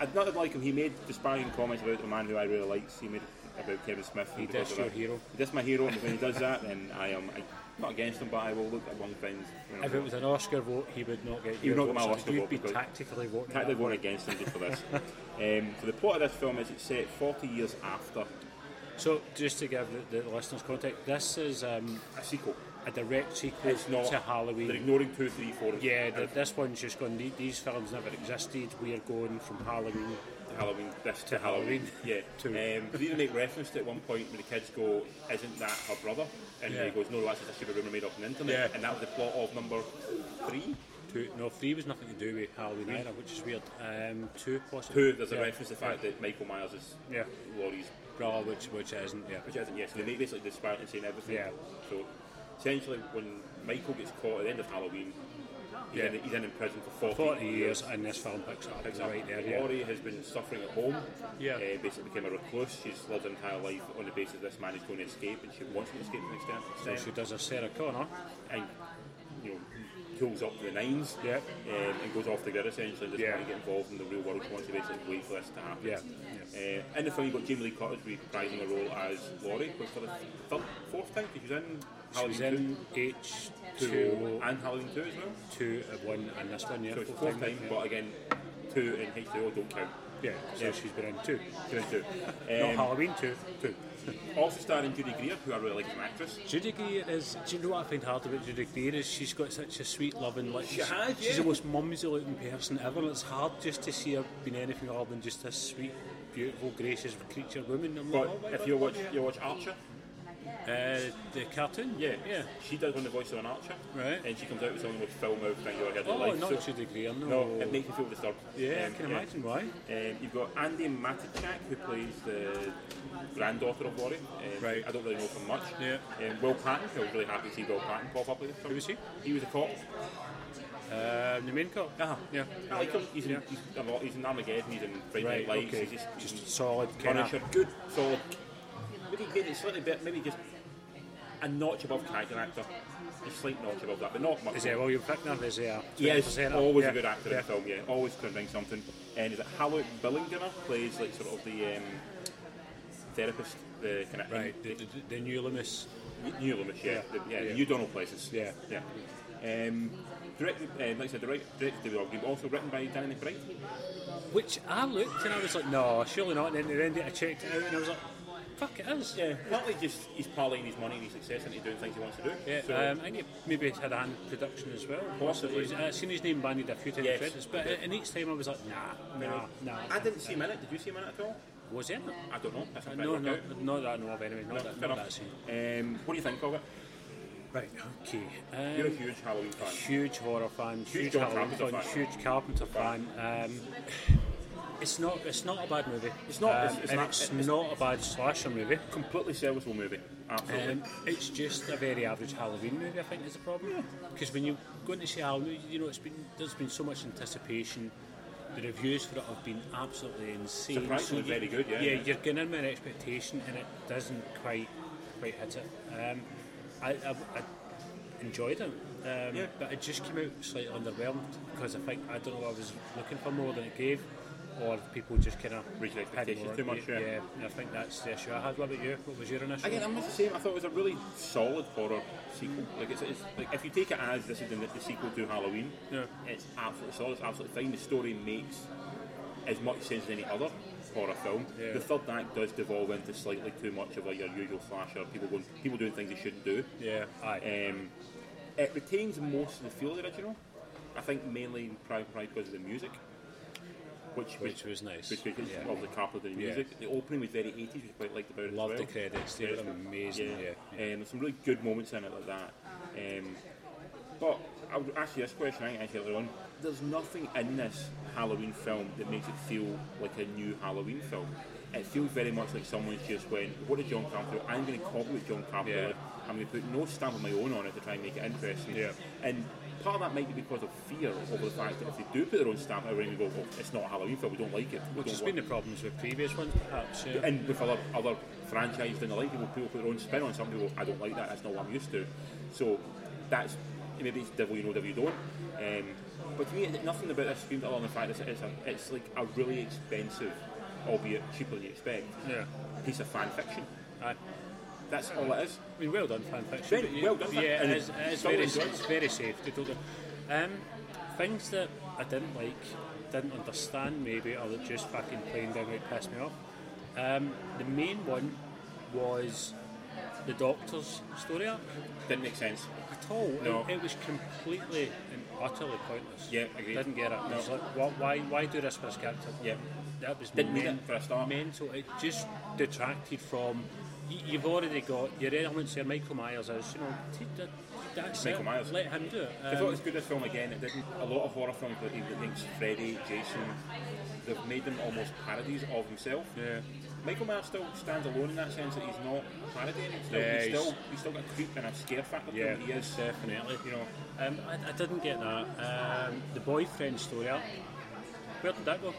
I'd not like him. He made disparaging comments about a man who I really likes. He made about Kevin Smith.
He
because
dissed
of
your
it.
hero.
He dissed my hero. and when he does that, then I am I, not against him, but I will look at one things. You know,
If it was an Oscar vote, he would not get.
He would
your
not get my
vote, so
Oscar
You'd
vote
be
because-
tactically voting.
Can't
that
they vote against him just for this? um, so the plot of this film is it's set 40 years after
So, just to give the, the listeners context, this is um,
a sequel.
a direct sequel
It's not-
to
They're
Halloween.
ignoring two, three, four. and-
Yeah, th-
and
this one's just gone. "The- These films never existed. We are going from Halloween.
uh, Halloween. This to Halloween. Yeah.
To-
Um, they even make reference to it at one point when the kids go, "Isn't that her brother?" And
Yeah.
he goes, "No, that's just a stupid rumor made up on the internet."
Yeah.
And that was the plot of number three.
Two, no, three was nothing to do with Halloween either, which is weird. Um, two, possibly.
Two, there's a
yeah.
reference to the fact that Michael Myers is
Yeah.
Laurie's
Bra, which which isn't. Yeah.
which isn't yes. So they make basically disparate and saying everything.
Yeah.
So essentially, when Michael gets caught at the end of Halloween, he's,
Yeah.
in, he's then in prison for 40,
Forty years, and this film picks it up
Picks up.
right there. Yeah.
Laurie has been suffering at home.
Yeah.
Uh, basically became a recluse. She's lived her entire life on the basis this man is going to escape, and she wants him to escape to an extent.
So she does a Sarah Connor.
and you know pulls up the nines
Yeah.
um, and goes off the grid essentially and doesn't
Yeah.
want to get involved in the real world she wants to basically wait for this to happen
Yeah.
Uh, in the film you've got Jamie Lee Curtis reprising her role as Laurie but for the third, fourth time 'cause she was in
She
Halloween
was in H
2,
two
and Halloween 2 as well
two and one, and this one. Yeah.
so it's
full
fourth time
time, yeah.
but again 2 and H2O don't count
Yeah, so
Yeah.
she's been in two.
2 and 2
Not
Um,
Halloween two. Two.
also starring Judy Greer who I really like as an actress
Judy Greer is. Do you know what I find hard about Judy Greer is she's got such a sweet, loving, like she's,
has,
she's
yeah.
the most mumsy looking person ever. And it's hard just to see her being anything other than just this sweet, beautiful, gracious creature woman. I'm like,
but
oh my
if
God,
you watch
yeah.
you watch Archer
uh, the cartoon, yeah.
she does one of the voices on Archer
Right.
and she comes out with someone with film out thinking you're ahead
Oh,
of life
not
So-
Judy Greer, no.
No, it makes me feel disturbed.
yeah,
Um,
I can imagine why.
Um, you've got Andy Matichak, who plays the granddaughter of Laurie. Um,
Right.
I don't really know him much.
Yeah.
Um, Will Patton, I was really happy to see Will Patton pop up. Who
was he?
He was a cop.
Um, the main cop.
Uh-huh.
Yeah.
I like him. He's in, he's, a lot, he's in Armageddon, he's in Friday
Right.
Night Lights,
okay.
he's just,
Just
he's
solid kind
Punisher.
of.
Good, solid. Maybe maybe slightly bit, maybe just a notch above character actor. A slight notch above that, but not much.
Is there William Fickner? Is there?
Yes,
presenter?
always
yeah.
a good actor
Yeah.
in film. Yeah, always could bring something. And is it Howard Billinger plays like sort of the um, therapist, the kind of
Right, the, the, the new Loomis.
New Loomis, yeah,
Yeah,
the, yeah,
yeah.
the New Donald places.
Yeah.
yeah. Um, directed, um, like I said, direct, directed David Ogden, but also written by Danny McBride.
Which I looked and I was like, no, surely not. And then at the end I checked it out and I was like, fuck, it is.
Yeah, partly just he's parlaying his money and his success into doing things he wants to do.
Yeah,
So,
um, I think it maybe had a hand in production as well.
Possibly.
He's- I've seen his name bandied a few times,
Yes.
yes. but and each time I was like, nah, nah, nah.
I didn't see him in it. Did you see him in it at all?
Was it? Uh,
I don't know. Ah, That's a bit
No,
work
no,
out.
not that I know of anyway. Not,
No,
that,
fair
not
enough.
that scene.
Um, what do you think of it?
Right, okay.
You're a
Um,
huge Halloween fan.
huge horror fan, huge,
John
Halloween
Carpenter
fan,
fan.
huge Carpenter fan. Um, it's not, it's not a bad movie.
It's not-
Um,
it's- it's
and
not-
it's,
it's-
not a bad slasher movie.
Completely serviceable movie. Absolutely.
Um, it's just a very average Halloween movie, I think, is the problem. Because when you go into see Halloween, you know, it's been there's been so much anticipation. The reviews for it have been absolutely insane.
Surprisingly
so you-
very good, yeah.
Yeah, you're getting in with an expectation, and it doesn't quite quite hit it. Um, I, I, I enjoyed it, um,
Yeah.
but it just came out slightly underwhelmed because I think I don't know I was looking for more than it gave, or people just kind of
Reached expectations too much, yeah.
yeah, and I think that's the issue I had. What about you? What was your initial?
Again, I'm not the same. I thought it was a really solid horror sequel. Like it's, it's like if you take it as this is the, the sequel to Halloween,
Yeah.
it's absolutely solid. It's absolutely fine. The story makes as much sense as any other horror film.
Yeah.
The third act does devolve into slightly too much of like your usual slasher. People going, people doing things they shouldn't do.
yeah, aye.
Um, it retains most of the feel of the original. I think mainly probably, probably because of the music, which
Which was nice.
Which, which
Yeah.
of the carpenter and the
Yeah.
music. The opening was very 80s, which I quite liked about it. as
Love the
well.
credits, they were amazing, yeah, yeah.
Um, there's some really good moments in it like that. Um, but I would ask you this question, I think, actually, earlier on. There's nothing in this Halloween film that makes it feel like a new Halloween film. It feels very much like someone's just went, What did John Carpenter do? I'm going to copy what John Carpenter
Yeah.
did I'm going to put no stamp of my own on it to try and make it interesting.
Yeah.
And part of that might be because of fear over the fact that if they do put their own stamp, everyone will go, well, it's not a Halloween film, we don't like it. we
Which
don't
has been
want
the
it."
problems with previous ones, perhaps. Yeah.
and with other other franchises and the like, people, people put their own spin on some people. I don't like that. That's not what I'm used to. So that's maybe it's devil you know, devil you don't. Um, but to me, it- nothing about this screams other than the fact that it's, a, it's like a really expensive, albeit cheaper than you expect,
Yeah.
piece of fan fiction.
Aye.
That's all it is.
I mean, well done, fan fiction.
Very-
but you-
well done, fan-
Yeah,
and
it is, it is
so
very,
enjoyed.
it's very safe to do that. Um, things that I didn't like, didn't understand maybe, or that just fucking plain downright pissed me off. Um, the main one was the Doctor's story arc.
Didn't make sense.
At all,
No.
it, it was completely and utterly pointless.
Yeah, agreed.
Didn't get it.
No.
It's like, wha- why, why do this for this character?
Yeah.
That was
Didn't need
men-
it for a start.
mental. It just detracted from. y- You've already got your elements here. Michael Myers is, you know, t- t- that's
Michael
it.
Myers.
Let him do it.
I thought it
Um,
was uh, good this film again. It didn't. A lot of horror films, like even things Freddy, Jason, they've made them almost parodies of himself.
yeah.
Michael Myers still stands alone in that sense that he's not parodying it. Still,
Yeah,
he's,
he's-
still he's still got a creep and a scare factor. to
Yeah,
him. he is
definitely.
You know,
Um, I, I didn't get that. Um, the boyfriend story arc. Where did that go?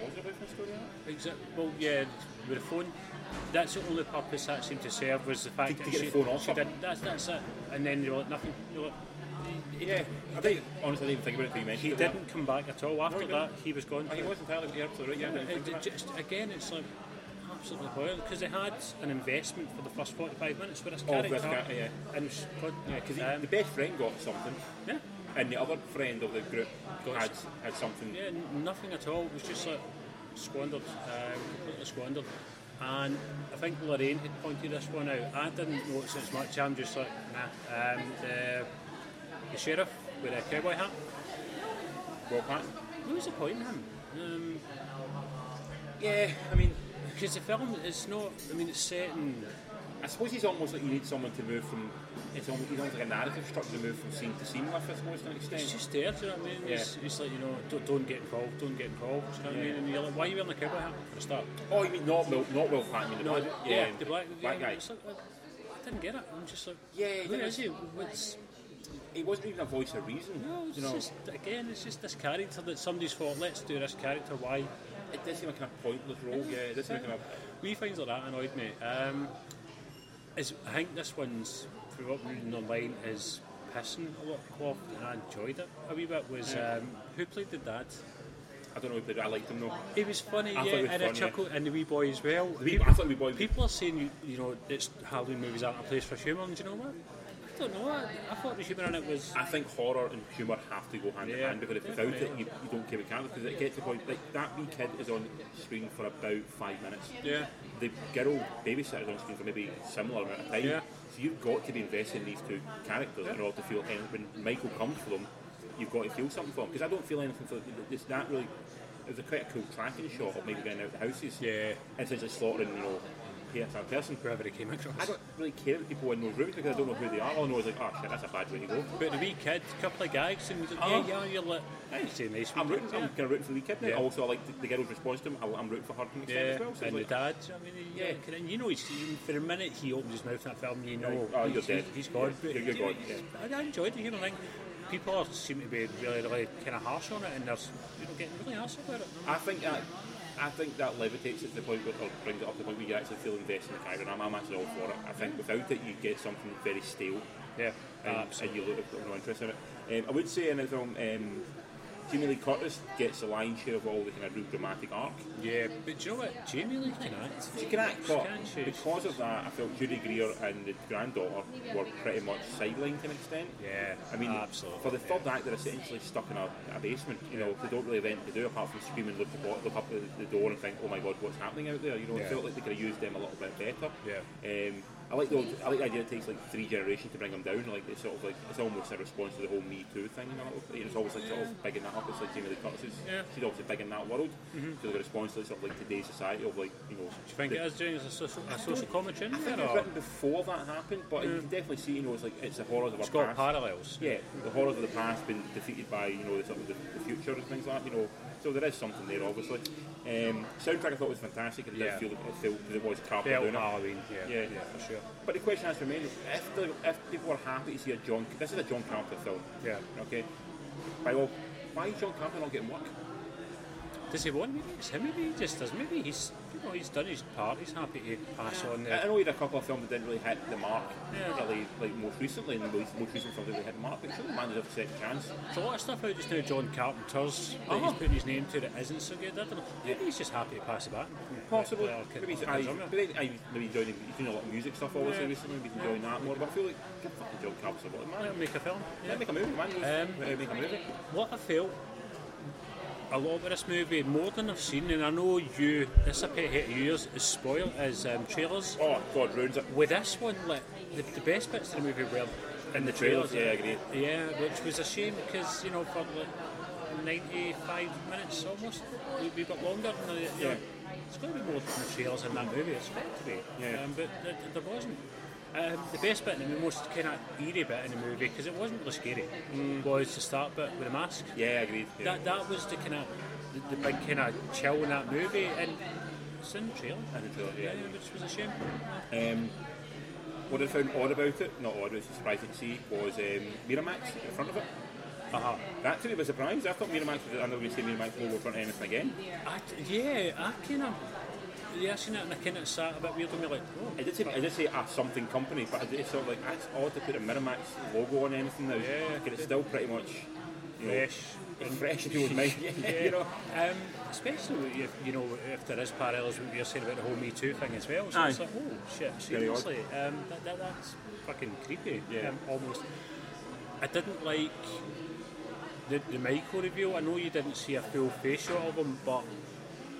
was it a boyfriend story? arc?
Exactly. Well, yeah, with the phone. That's the only purpose that seemed to serve was the fact
To- to
that
get
she,
the phone off
she
her.
didn't. That's, that's it. And then they were like, nothing. They were like,
Yeah, I think honestly I didn't even think about it until you mentioned
he
it.
didn't come back at all. After
he
that,
didn't.
he was gone.
Oh, he was entirely yeah, absolutely right. Yeah, I didn't
It,
think
it
about it.
just again, it's like absolutely horrible because they had an investment for the first forty-five minutes with this
Of
character,
this guy, Oh, yeah.
and it's God, yeah,
Because
because um,
the best friend got something,
yeah,
and the other friend of the group
Got
had
s-
had something.
yeah, n- nothing at all. It was just like squandered, um, completely squandered. And I think Lorraine had pointed this one out. I didn't notice it as much. I'm just like, nah. Um, the, the sheriff with a cowboy hat.
Bob Patton.
What was the point in him? Um,
Yeah, I mean,
because the film is not. I mean, it's set in
I suppose he's almost like you need someone to move from. It's almost he's almost like a narrative structure to move from scene to scene with. I suppose to an
It's
extent.
just there, do you know what I mean? It's, it's like, you know, don't, don't get involved, don't get involved, do you know what
Yeah.
I mean? And you're like, why are you wearing a cowboy hat for a start?
Oh, you mean not Will, not Will Patton? you mean
No,
the
the,
black-
yeah, the black,
black
yeah,
guy.
It's like, I, I didn't get it. I'm just like,
Yeah, it
who
didn't-
is he? What's,
It wasn't even a voice of reason.
no, "Oh, it's
you know,
just, again, it's just this character that somebody's thought, let's do this character, why?
it does seem like a kind of pointless role. Oh, Yeah, it does seem like kind of.
Wee things like that annoyed me. Um, is, I think this one's, from what I'm reading online, is pissing a lot of people off, and I enjoyed it a wee bit, was um, who played the dad?
I don't know who played it. I liked him though.
It was funny,
I thought
yeah,
it was
and
funny,
a
yeah.
chuckle, and the wee boy as well.
wee- I thought the wee boy-
People are saying, you, you know, it's Halloween movies aren't a place for humour, and do you know what? I don't know. I, I thought the humour in it was.
I think horror and humour have to go hand in
Yeah,
hand because if without it, you, you don't care about character because it gets to the point like that wee kid is on screen for about five minutes.
Yeah.
The girl babysitter's on screen for maybe similar amount of time.
Yeah.
So you've got to be invested in these two characters in
Yeah.
order to feel and when Michael comes for them, you've got to feel something for him because I don't feel anything for it's that really. It was a quite a cool tracking shot of Michael getting out of the houses.
Yeah.
And essentially slaughtering you know person after person.
Wherever he came across.
I don't really care that people in those rooms because I don't know who they are. All I know is like, oh shit, that's a bad way to go.
But the wee kid, a couple of gags, and you're like,
Oh.
yeah, yeah, you're like, I say nice.
I'm
wee
rooting.
kids,
I'm kind of rooting for the kid now.
Yeah.
Also, I like the, the girl's response to him. I, I'm rooting for her to an
Yeah,
extent as well. So
and
it's
the
like,
dad. I mean, yeah,
Yeah.
yeah. you know, he's, you- for a minute he opens his mouth in that film, you know,
Right. Oh, you're
he's,
dead.
he's gone.
Yeah,
But
you're- you're
you know,
gone,
it's- I, I enjoyed the human thing. People are, seem to be really, really kind of harsh on it, and they're s- you know, getting really harsh about it.
I think that I think that levitates it to the point where, or brings it up to the point where you actually feel invested in the character. And I'm, I'm actually all for it. I think without it, you get something very stale,
Yeah,
and, and you look you've got no interest in it. Um, I would say in the film, um, Jamie Lee Curtis gets the lion's share of all the kind of real dramatic arc.
Yeah, but do you know what? Jamie Lee can act.
She can act, but
can, she-
because of that, I felt Judy Greer and the granddaughter were pretty much sidelined to an extent.
Yeah,
I mean,
absolutely.
for the third act, they're essentially stuck in a, a basement. You know, they don't really have anything to do apart from scream and look, at what, look up the, the door and think, "Oh my God, what's happening out there?" You know,
Yeah.
it felt like they could have used them a little bit better.
Yeah.
Um, I like the old- I like the idea it takes like three generations to bring them down. Like it's sort of like it's almost a response to the whole Me Too thing. You know, it's always like sort of bigging that up. It's like Jamie Lee Curtis. is-
Yeah. Mm-hmm.
She's obviously big in that world. She's like a response to sort of like today's society of like you know.
Do you think
the-
it is doing a social, a social commentary
I
in
think
there?
it was
Or?
written before that happened, but you can definitely see, you know, it's like it's the horrors of our
It's got
past.
parallels.
Yeah, the horrors of the past been defeated by you know the, sort of the, the future and things like that. You know, so there is something there, obviously. Um, soundtrack I thought was fantastic. It
Yeah.
did feel it felt that it was Carpenter
Felt
doing it.
Halloween, yeah,
Yeah.
yeah, for sure. sure.
But the question has remained: if the, if people were happy to see a John, this is a John Carpenter film,
Yeah.
okay? By all, why is John Carpenter not getting work?
Does he want? Maybe it's him. Maybe he just does. Maybe he's you know he's done his part. He's happy to pass on
I
the.
know he had a couple of films that didn't really hit the mark,
Yeah.
particularly like most recently, and the most most recent film that really hit the mark. But surely man deserves a second chance.
There's Uh, a lot of stuff out just now. John Carpenter's that
Uh-huh.
he's putting his name to that isn't so good. I don't know. Maybe he's just happy to pass it back.
Possibly,
Yeah, okay.
maybe he's, aye,
Okay,
he's- maybe, aye, he's- maybe he's doing, he's doing a lot of music stuff obviously
Yeah.
recently. Maybe he's enjoying that more. But I feel like give fucking John Carpenter, what man?
That'll make a film.
Let him make a movie, man.
Um,
Let him make a movie.
What I felt a lot with this movie, more than I've seen, and I know you, this is a pet hate of yours, is spoiled as um, trailers.
Oh God, ruins it.
With this one, like the, the best bits of the movie were in the trailers.
yeah, I agree.
Yeah, which was a shame because you know for like 95 minutes almost, we we got longer. And, uh, you know, it's got to be more than the trailers in that movie. It's meant to be.
Yeah.
Um, but th- th- there wasn't. Um, the best bit and the most kind of eerie bit in the movie because it wasn't really scary
Mm.
was the start bit with the mask
Yeah, I agreed. Yeah.
that that was the kind of the, the big kind of chill in that movie and it's in the trailer
In the trailer, yeah.
which was a shame
Um, what I found odd about it, not odd, it was surprising to see, was um, Miramax in front of it.
uh-huh.
That to me was a surprise. I thought Miramax was, I'm not going to say Miramax will go in front of anything again.
I d- yeah I kind of yeah I seen that and I kind of sat a bit weird on me like oh.
I did say, I did say ah, something company, but I did sort of like, that's odd to put a Miramax logo on anything now.
Yeah.
Because it's still pretty much, you know,
fresh
it's fresh in people's mind.
yeah.
you know.
um, especially if you know if there is parallels with what you're saying about the whole Me Too thing as well so
Aye.
it's like oh shit
Very odd.
seriously um, that, that, that's fucking creepy
Yeah.
um, almost I didn't like the, the Michael reveal I know you didn't see a full face shot of him but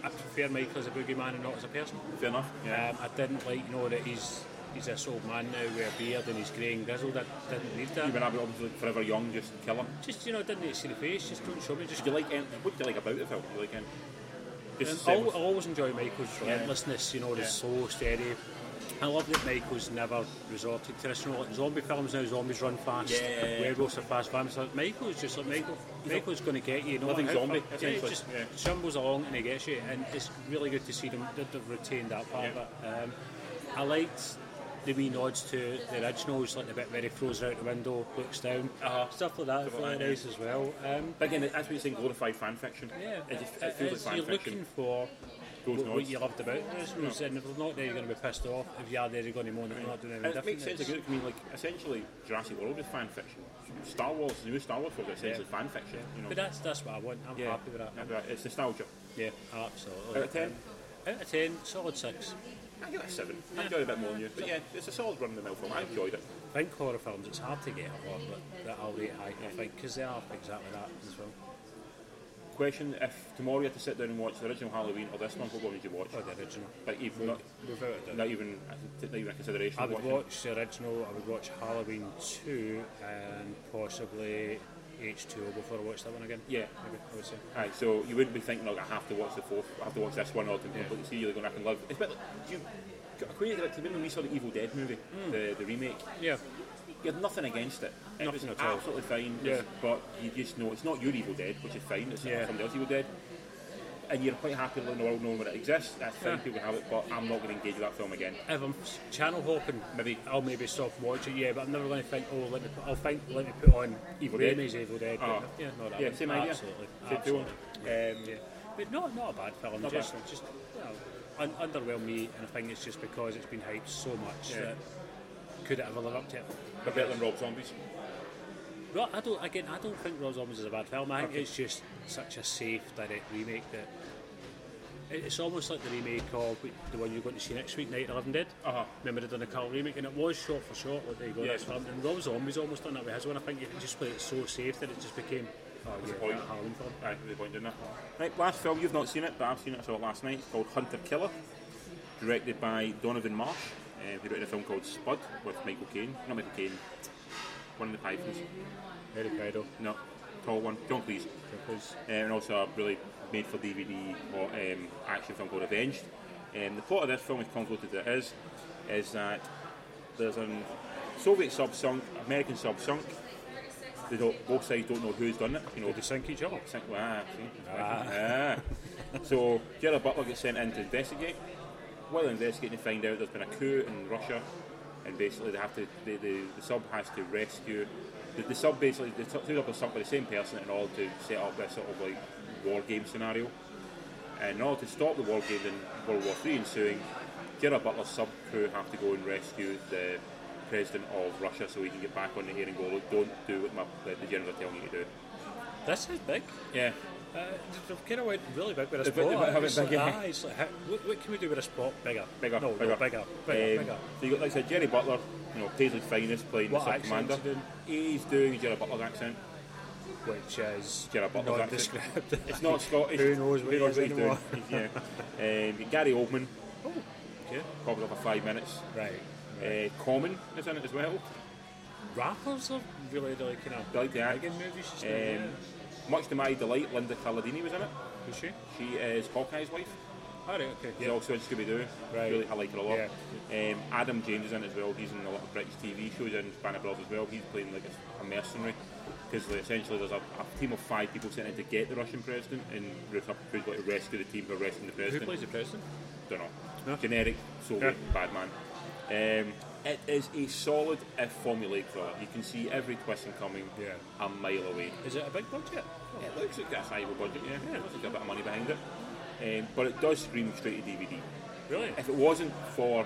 I prefer Michael as a boogeyman and not as a person
Fair enough. Yeah.
um, I didn't like you know that he's he's this old man now with a beard and he's grey and grizzled I didn't read that
Even I would obviously look forever young, just kill him.
just you know I didn't need to see the face just don't show me just
Do you like any, what do you like about the film? Do you like any,
And
just
I
um,
al- I always enjoy Michael's relentlessness, you know, the
Yeah.
so steady. I love that Michael's never resorted to this. You know, like zombie films now, zombies run fast,
Yeah, yeah, yeah.
werewolves are fast, vampires. Like, Michael's just like Michael. Michael's going to get you. you know,
Living
how
zombie,
far- yeah, he
essentially,
just
yeah.
shambles along and he gets you, and it's really good to see them that they've retained that part of it. Um, I liked the wee nods to the originals, like the bit where he throws her out the window, looks down,
Uh-huh.
stuff like that. I
Stuff
thought
like that,
that nice as well. Um,
But again, that's what you're saying, glorified fan fiction.
yeah,
It, just,
it
it feels
is.
like
you're
fan fiction.
looking for
Goes
what, what
nods.
you loved about this was, and if it's not there, you're going to be pissed off. If you are there, you're going to moan that you're not doing
And
anything
it makes
different.
sense. I mean, like essentially, Jurassic World is fan fiction. Star Wars, the new Star Wars was essentially fan fiction. You know,
But that's that's what I want. I'm
Yeah.
happy with that.
Yeah, right, it's nostalgia.
Yeah, absolutely.
Out of ten,
Out of ten, solid six.
I give it a seven. I enjoyed it a bit more than you, but yeah, it's a solid run in the mill film. I enjoyed it.
I think horror films, it's hard to get a lot that, that I'll rate high. I think because they are exactly that as well.
Question: If tomorrow you had to sit down and watch the original Halloween or this one, what one would you watch?
Or Oh, the original.
Like even not,
Without a doubt.
not even not even a consideration.
I
of
would
watching.
watch the original. I would watch Halloween two and possibly H two O before I watch that one again.
Yeah.
maybe, I would say.
Aye, so you wouldn't be thinking, like, I have to watch the fourth, I have to watch this one, or to completely see you're going, I can live. It's a bit like, do you, I equate it to when we saw the Evil Dead movie,
Hmm.
the, the remake.
Yeah,
You had nothing against it. It
Nothing
was
at all.
absolutely fine,
Yeah.
but you just know it's not your Evil Dead, which is fine, it's
Yeah.
somebody else's Evil Dead. And you're quite happy letting the world know that it exists, that's fine,
Yeah.
people have it, but I'm not going to engage with that film again.
if I'm s- channel hopping, maybe I'll maybe stop and watch it. Yeah, but I'm never going to think. Oh, let me. Put, I'll think. Let me put on Evil
Dead.
Remy's Evil Dead.
Ah.
but yeah, not that.
Yeah,
one.
same idea.
Absolutely.
Same
absolutely.
film. Um,
yeah. But not not a bad film.
Not
just
bad.
just you know, un- underwhelmed me, and I think it's just because it's been hyped so much
Yeah.
that could it ever live up to it?
But better than Rob Zombies.
Well, I don't. Again, I don't think Rob Zombies is a bad film. I think
Okay.
it's just such a safe direct remake that it- it's almost like the remake of the one you're going to see next week, Night of the Living Dead.
Uh-huh.
Remember they done a Carl remake, and it was shot for shot. Like they go,
Yeah.
that's film. And Rob Zombie's almost done that with his one. I think he just played it so safe that it just became oh, yeah,
point.
that Halloween film.
Aye, there's a point in that. Right, last film, you've not seen it, but I've seen it, I saw it last night. It's called Hunter Killer, directed by Donovan Marsh, um, who directed a film called Spud with Michael Caine. Not Michael Caine, one of the Pythons.
Very Kaido,
No, tall one, John Cleese.
because
Um, and also a really made for DVD or, um, action film called Avenged. Um, the plot of this film, as convoluted as it is, is that there's an Soviet sub sunk, American sub sunk. They don't, both sides don't know who's done it. You know,
they sink each other.
Think, wow, see, Ah. So Gerard Butler gets sent in to investigate. While investigating, they find out there's been a coup in Russia and basically they have to the, the, the sub has to rescue the, the sub basically they t- took up a sub by the same person in order to set up this sort of like war game scenario. And in order to stop the war game in World War Three ensuing, Gerard Butler's sub crew have to go and rescue the president of Russia so he can get back on the air and go, look, don't do what my, the, the generals are telling you to do.
This is big.
Yeah,
Uh, they've kind of went really big with this
They've went-
plot.
they've went
It's
big,
like,
yeah.
ah, it's like, how- what, what can we do with this plot? Bigger.
bigger,
No,
bigger,
no, bigger. Bigger,
Um,
bigger.
So you got like I said, Jerry Butler, you know, Paisley's finest playing
What
the sub
accent
commander.
is he doing?
He's doing a Gerard Butler's accent.
Which is
Gerard Butler's accent.
nondescript.
It's not Scottish.
Who knows what
Who
he
knows
is
what he's doing?
anymore?
yeah. Um, you got Gary Oldman,
Oh, okay.
probably up for five minutes.
Right.
Uh, Common is in it as well.
Rappers are really, really kind of
They like to act.
big in movies just now.
Um,
yeah.
much to my delight, Linda Carladini was in it.
Is she?
She is Hawkeye's wife.
All right, okay.
She's also in Scooby Doo.
Right.
Really, I like her a lot. Um, Adam James is in it as well. He's in a lot of British TV shows in Banner Bros as well. He's playing like a, a mercenary because like, essentially there's a, a team of five people sent in to get the Russian president, and Ruth Uppercrew's got to rescue the team who are arresting the
Who
president.
plays the president?
don't know.
No?
Generic Soviet
Yeah.
bad man. Um, it is a solid if formulaic thriller. You can see every twist and coming
Yeah.
a mile away.
Is it a big budget?
It looks like that's high of a budget, yeah. yeah. It looks like got a bit of money behind it. Um, but it does scream straight to DVD.
Really?
If it wasn't for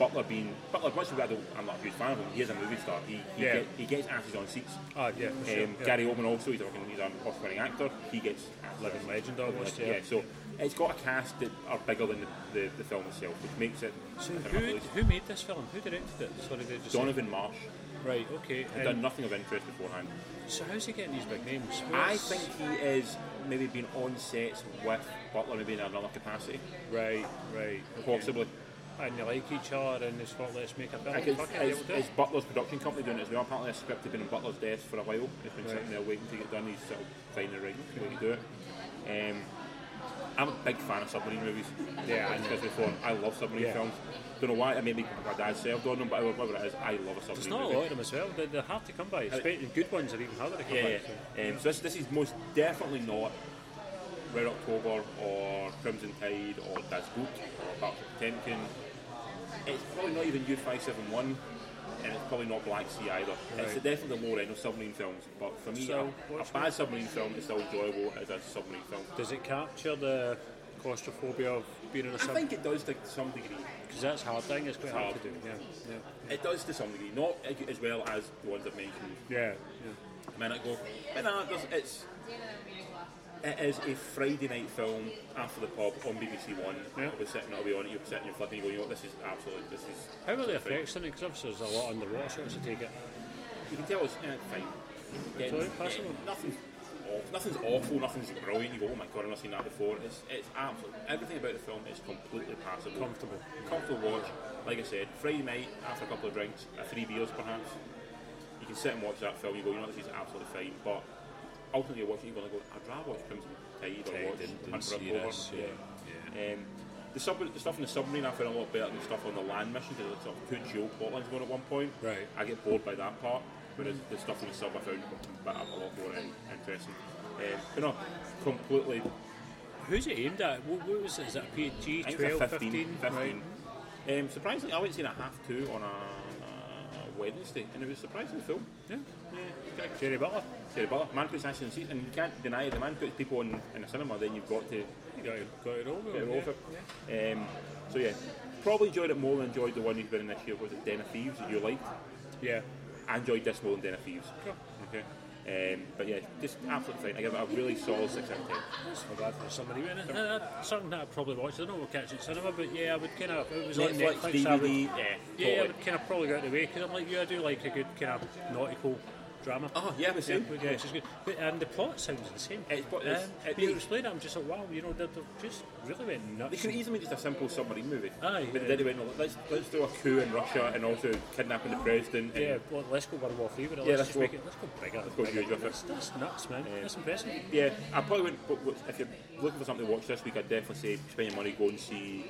Butler being Butler, much as I don't, I'm not a huge fan of him, he is a movie star. He he,
Yeah.
get, he gets asses on seats.
Ah, yeah, for sure.
Um,
yeah.
Gary Oldman also, he's, a fucking- he's an Oscar-winning actor. He gets asses on
Living
seats.
legend almost,
yeah.
yeah.
So it's got a cast that are bigger than the, the, the film itself, which makes it.
So
an
who,
absolute-
who made this film? Who directed it? Sorry, did I just say-
Donovan Marsh
Right, okay.
had
and
done nothing of interest beforehand.
so how's he getting these big names?
I
What's-
think he is maybe been on sets with Butler, maybe in another capacity,
Right, right. okay.
possibly.
And they like each other and they thought, let's make a film.
Like it's,
Fuck it,
it's,
we'll do
it's
it.
Butler's production company doing it as well. Apparently, a script had been in Butler's desk for a while. It's been
Right.
sitting there waiting to get done. He's sort of finding the right way to do it. Um, I'm a big fan of submarine movies.
Yeah, I
I
know.
discussed before. I love submarine
Yeah.
films. Don't know why. I mean, my dad served on them, but whatever it is, I love a submarine.
There's not a
movie.
lot of them as well. They're, they're hard to come by. Especially good ones are even harder to come
Yeah,
by.
yeah.
so-
Um, so this, this is most definitely not Red October or Crimson Tide or Das Boot or Battle of Potemkin. It's probably not even U571 and it's probably not Black Sea either. It's
Right.
definitely the lower end of submarine films, but for me,
So,
a, a
what's-
bad submarine film is still enjoyable as a submarine film.
Does it capture the claustrophobia of being in a
I
sub?
think it does to some degree.
Because that's hard thing. It's quite hard,
hard.
to do. Yeah. Yeah.
It does to some degree, not as well as the ones I've mentioned
Yeah.
a minute ago. But no, there's- it's it is a Friday night film after the pub on BBC One.
Yeah.
I'll be sitting, I'll be on it. You're sitting, you're flipping, you're going, you know, what, this is absolutely, this is.
How are the effects in it? Because there's a lot underwater shots to take it.
You can tell it's eh, fine. Yeah,
all right,
yeah,
passable.
nothing's awful, nothing's awful, nothing's brilliant. You go, oh my god, I've not seen that before. It's it's absolutely everything about the film is completely passable,
Comfortable.
comfortable watch. Like I said, Friday night after a couple of drinks, uh, three beers perhaps, you can sit and watch that film. You go, you know, this is absolutely fine, but. Ultimately, you're watching, you're going to go, I'd rather watch Crimson Tide or
Tide
watch
and- and
Hunter
see
Up Over.
this,
Yeah.
yeah,
Um, the, sub, the stuff in the submarine I found a lot better than the stuff on the land mission because it's sort of two dual plotlines going at one point.
Right.
I get bored by that part, whereas the stuff in the sub I found a, bit, a lot more in, interesting. Um, but no, completely.
Who's it aimed at? What, what was it? Is it a PG?
I think
12,
it's a 15.
15?
15.
Right.
Um, surprisingly, I went to it at half two on a, a Wednesday, and it was a surprising film.
Yeah.
Yeah, kind of
Jerry Butler.
Terry Butler, man puts action in seats, and you can't deny it. The man puts people in, in a cinema, then you've got to
You got it, got it over.
Yeah,
yeah.
we're over. Um, so yeah, probably enjoyed it more than enjoyed the one you've been in this year. Was it Den of Thieves that you liked?
Yeah.
I enjoyed this more than Den of Thieves.
Cool.
Okay. Um, but yeah, just absolutely fine. I give it a really solid six out of ten.
That's not bad for somebody. And it, uh, that's something that I probably watched. I don't know we'll catch it at cinema, but yeah, I would kind of. It was on
Netflix,
Netflix. I would,
DVD, yeah,
Yeah, I
totally.
would kind of probably go out the way because I'm like you. I do like a good kind of nautical drama.
Oh, yeah, the
Yeah,
same.
which
Yeah.
is good. But, and the plot sounds the same.
It's- but it's-
um,
it-
but you explain it, I'm just like, wow, you know, they've just really went
They
nuts.
could easily make just a simple submarine movie.
Aye,
but
yeah.
then they went, "No, let's, let's do a coup in Russia and also kidnapping the president. And
yeah, well, let's go World War Three, but let's,
let's
just
go-
make it. Let's go bigger.
go
bigger.
huge with it.
that's, that's nuts, man. That's impressive.
Yeah, I probably wouldn't. But but if you're looking for something to watch this week, I'd definitely say spend your money, go and see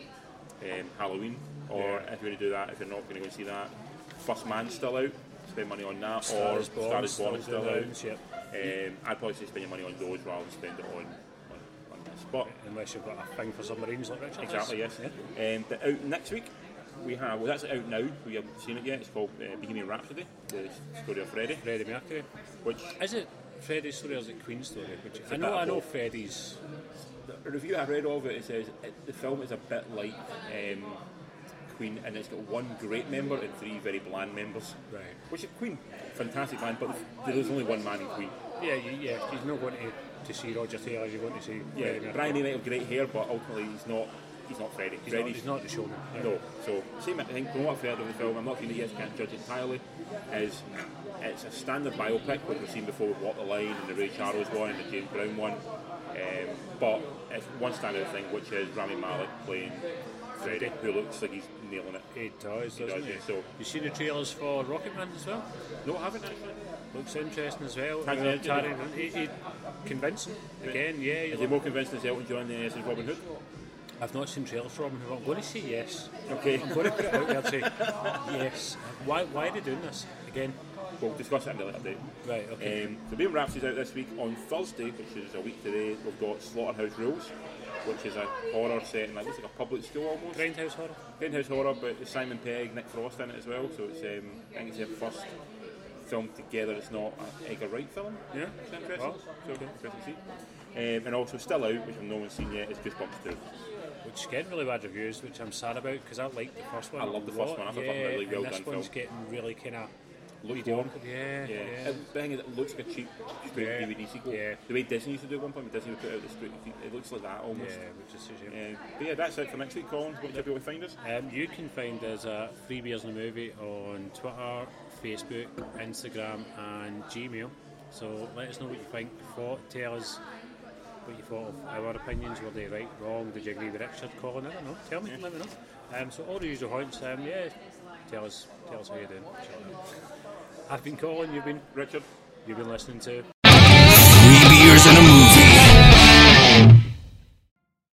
um, Halloween. Or if
Yeah.
you're going to do that, if you're not going to go and see that, First Man's still out, spend money on that.
Star
or
is Born,
Star is
still
Born is still
doing
out.
rounds, yep.
Um, I'd probably say spend your money on those rather than spend it on, on, on this. But
Unless you've got a thing for submarines like Richard. has.
exactly, yes. Um, but out next week, we have, well, that's out now, we haven't seen it yet. It's called uh, Bohemian Rhapsody, the story of Freddie,
Freddie Mercury.
which
Is it Freddie's story or is it Queen's story? Which I
a
know,
bit of
I know
both.
Freddie's.
the review I read of it, it says it, the film is a bit like um, Queen, and it's got one great member and three very bland members.
Right.
Which is Queen, fantastic band, but there's only one man in Queen.
Yeah, you, yeah. He's not going to, to see Roger Taylor. You're going to see.
Yeah,
Freddie Mercury.
Brian Eno have great hair, but ultimately he's not. He's not Freddie.
He's not,
Freddie's
he's not the showman.
No, so same. I think from what I've heard of the film, I'm not going to yes can't judge entirely. Is it's a standard biopic which we've seen before with Walk the Line and the Ray Charles one and the James Brown one, um, but it's one standard thing which is Rami Malek playing Freddie, who looks like he's nailing it.
He does,
He
doesn't
does,
he?
yeah, so-
You seen the trailers for Rocketman as well?
No, I haven't actually.
Looks interesting as well.
Taron Egerton.
Taron- he- he- convincing again. Yeah,
Is
you
he
look-
more convinced as Elton John than he is as Robin Hood?
I've not seen trailers for him. I'm going to say yes.
Okay,
I'm going to put it out there and say yes. Why? Why are they doing this again?
we'll discuss that in a later date.
Right. Okay.
Um, so Beam Raps is out this week on Thursday, which is a week today. We've got Slaughterhouse Rules, which is a horror set in like, looks like a public school almost.
Grindhouse horror.
Penthouse Horror, but it's Simon Pegg, Nick Frost in it as well. So it's um, I think it's their first film together. It's not an Edgar Wright film.
Yeah.
It's interesting.
Well,
so interesting to see. Um, and also still out, which I've no one seen yet, is Goosebumps 2.
which is getting really bad reviews, which I'm sad about because I liked the first one.
I loved the
a
first
lot.
one. I thought
yeah,
that was a really well
and this
done
one's
film.
getting really kind of
Look warm. Yeah.
Yeah, yeah.
And The thing is, it looks like a cheap straight
Yeah.
DVD sequel.
Yeah.
The way Disney used to do it at one point, when Disney would put out the straight. It looks like that
yeah,
almost.
which is a shame.
Uh, but yeah, that's it for next week, Colin. What yep. you want to find us?
Um, you can find us at Three Beers and a Movie on Twitter, Facebook, Instagram, and Gmail. So let us know what you think. Thought, tell us what you thought of our opinions. Were they right, wrong? Did you agree with Richard, Colin? I don't know. Tell me, let me know. Um, so all the usual haunts. Um, yeah, tell us, tell us how you're doing. Shout out. I've been Colin. You've been,
Richard.
you've been listening to